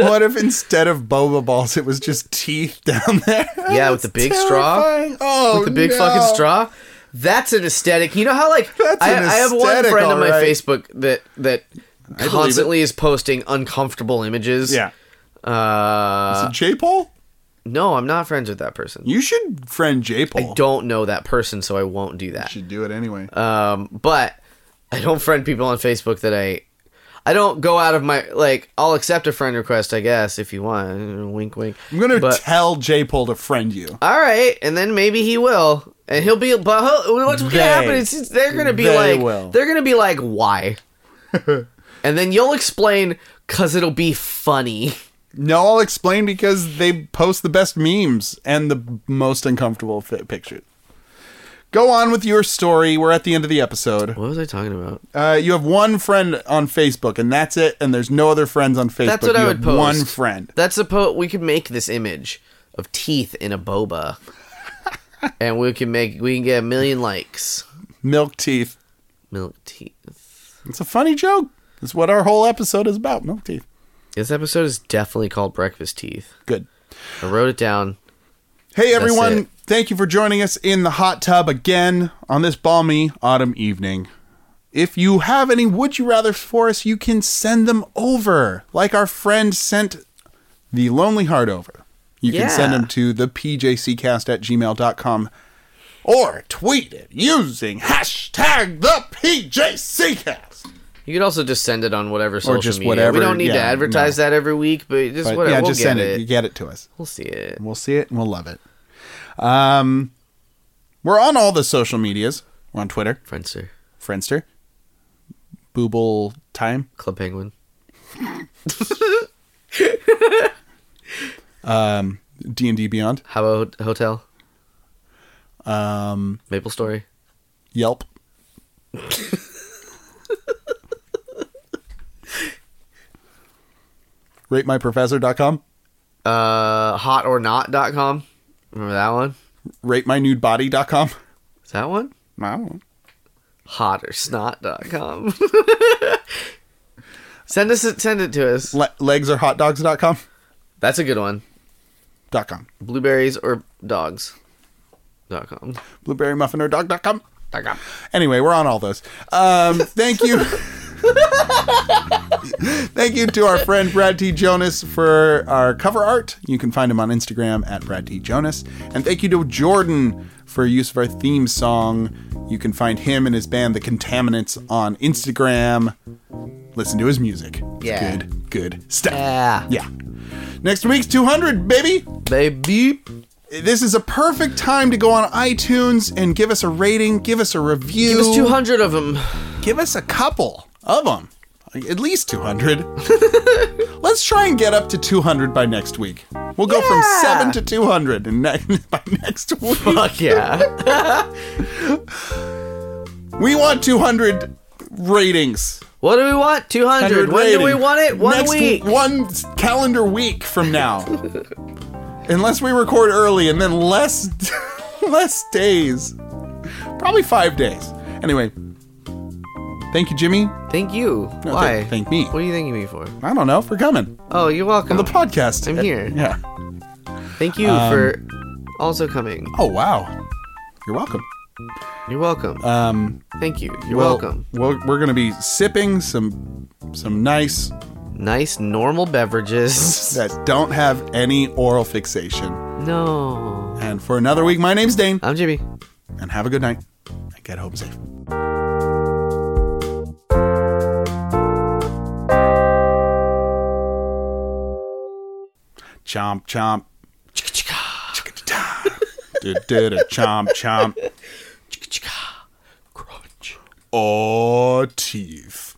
What if instead of boba balls, it was just teeth down there?
Yeah, with the
That's
big straw.
terrifying. Oh,
With the big
no.
fucking straw. That's an aesthetic. You know how like
That's
I,
an
I have one
aesthetic,
friend on my
alright.
Facebook that that
it.
constantly is posting uncomfortable images.
Yeah.
Uh,
So J Paul,
no, I'm not friends with that person.
you should friend J Paul.
I don't know that person, so I won't do that.
Should do it anyway.
Um, but I don't friend people on Facebook that I. I don't go out of my like. I'll accept a friend request, I guess, if you want. Wink, wink.
I'm gonna
but-
tell J Paul to friend you.
all right, and then maybe he will, and he'll be. But he'll, what's
They-
gonna happen is is they're gonna be
they
like,
will.
they're gonna be like, why? and then you'll explain, cause it'll be funny.
No, I'll explain because they post the best memes and the most uncomfortable fi- pictures. Go on with your story. We're at the end of the episode.
What was I talking about?
Uh, you have one friend on Facebook, and that's it. And there's no other friends on Facebook.
That's what
you
I would
have
post.
One friend.
That's a po- we could make this image of teeth in a boba, and we can make we can get a million likes.
Milk teeth.
Milk teeth.
It's a funny joke. It's what our whole episode is about. Milk teeth.
This episode is definitely called Breakfast Teeth.
Good.
I wrote it down.
Hey
it.
everyone, thank you for joining us in the hot tub again on this balmy autumn evening. If you have any would you rather for us, you can send them over. Like our friend sent the lonely heart over. You can send
Yeah.
them to the pjccast at gmail.com or tweet it using hashtag the PJCcast.
You could also just send it on whatever social
just
media.
whatever,
we don't need to
yeah,
advertise that every week, but just
But
whatever.
yeah,
we'll
just
get
send
it.
it. You get it to us.
We'll see it.
We'll see it and we'll love it. Um, we're on all the social medias. We're on Twitter.
Friendster,
Friendster, Booble Time,
Club Penguin.
um, D and D Beyond,
How about Hotel?
um,
Maple Story.
Yelp. RateMyProfessor.com,
Uh, hotornot.com. Remember that one?
RateMyNudeBody.com.
Is that one?
I don't know.
Hotorsnot.com. send us it, send it to us.
Le- LegsAreHotDogs.com.
That's a good one.
Dot com.
Blueberries or dogs. Dot com.
BlueberryMuffinerDog.com.
Dot com.
Anyway, we're on all those. Um, thank you. thank you to our friend Brad T. Jonas for our cover art. You can find him on Instagram at Brad T. Jonas. And thank you to Jordan for use of our theme song. You can find him and his band, The Contaminants, on Instagram. Listen to his music. It's
Yeah.
Good, good stuff.
Yeah.
Yeah. Next week's 200, baby
Baby.
this is a perfect time to go on iTunes and give us a rating, give us a review,
Give us 200 of them.
give us a couple of them, at least 200. Let's try and get up to 200 by next week. We'll go
Yeah.
from seven to 200 and ne- by next week.
Fuck yeah.
We want 200 ratings.
what do we want? 200.
100
When do we
rating.
want it? One
Next
week.
One s- calendar week from now. Unless we record early and then less less days. Probably 5 days. Anyway, Thank you, Jimmy.
Thank you.
No,
Why?
th- thank me.
What are you thanking me for?
I don't know for coming
Oh, you're
on
welcome.
the Um, podcast.
I'm here.
Yeah.
Thank you for also coming.
Oh wow. You're welcome.
You're welcome.
Um,
Thank you. You're
Well,
welcome.
Well, we're gonna be sipping some some nice
Nice normal beverages.
that don't have any oral fixation.
no.
And for another week, my name's Dane,
I'm Jimmy.
and have a good night and get home safe. Chomp chomp. Chicka-chicka. Du-du-du, chomp chomp.
Chicka-chicka. Crunch.
Or teeth.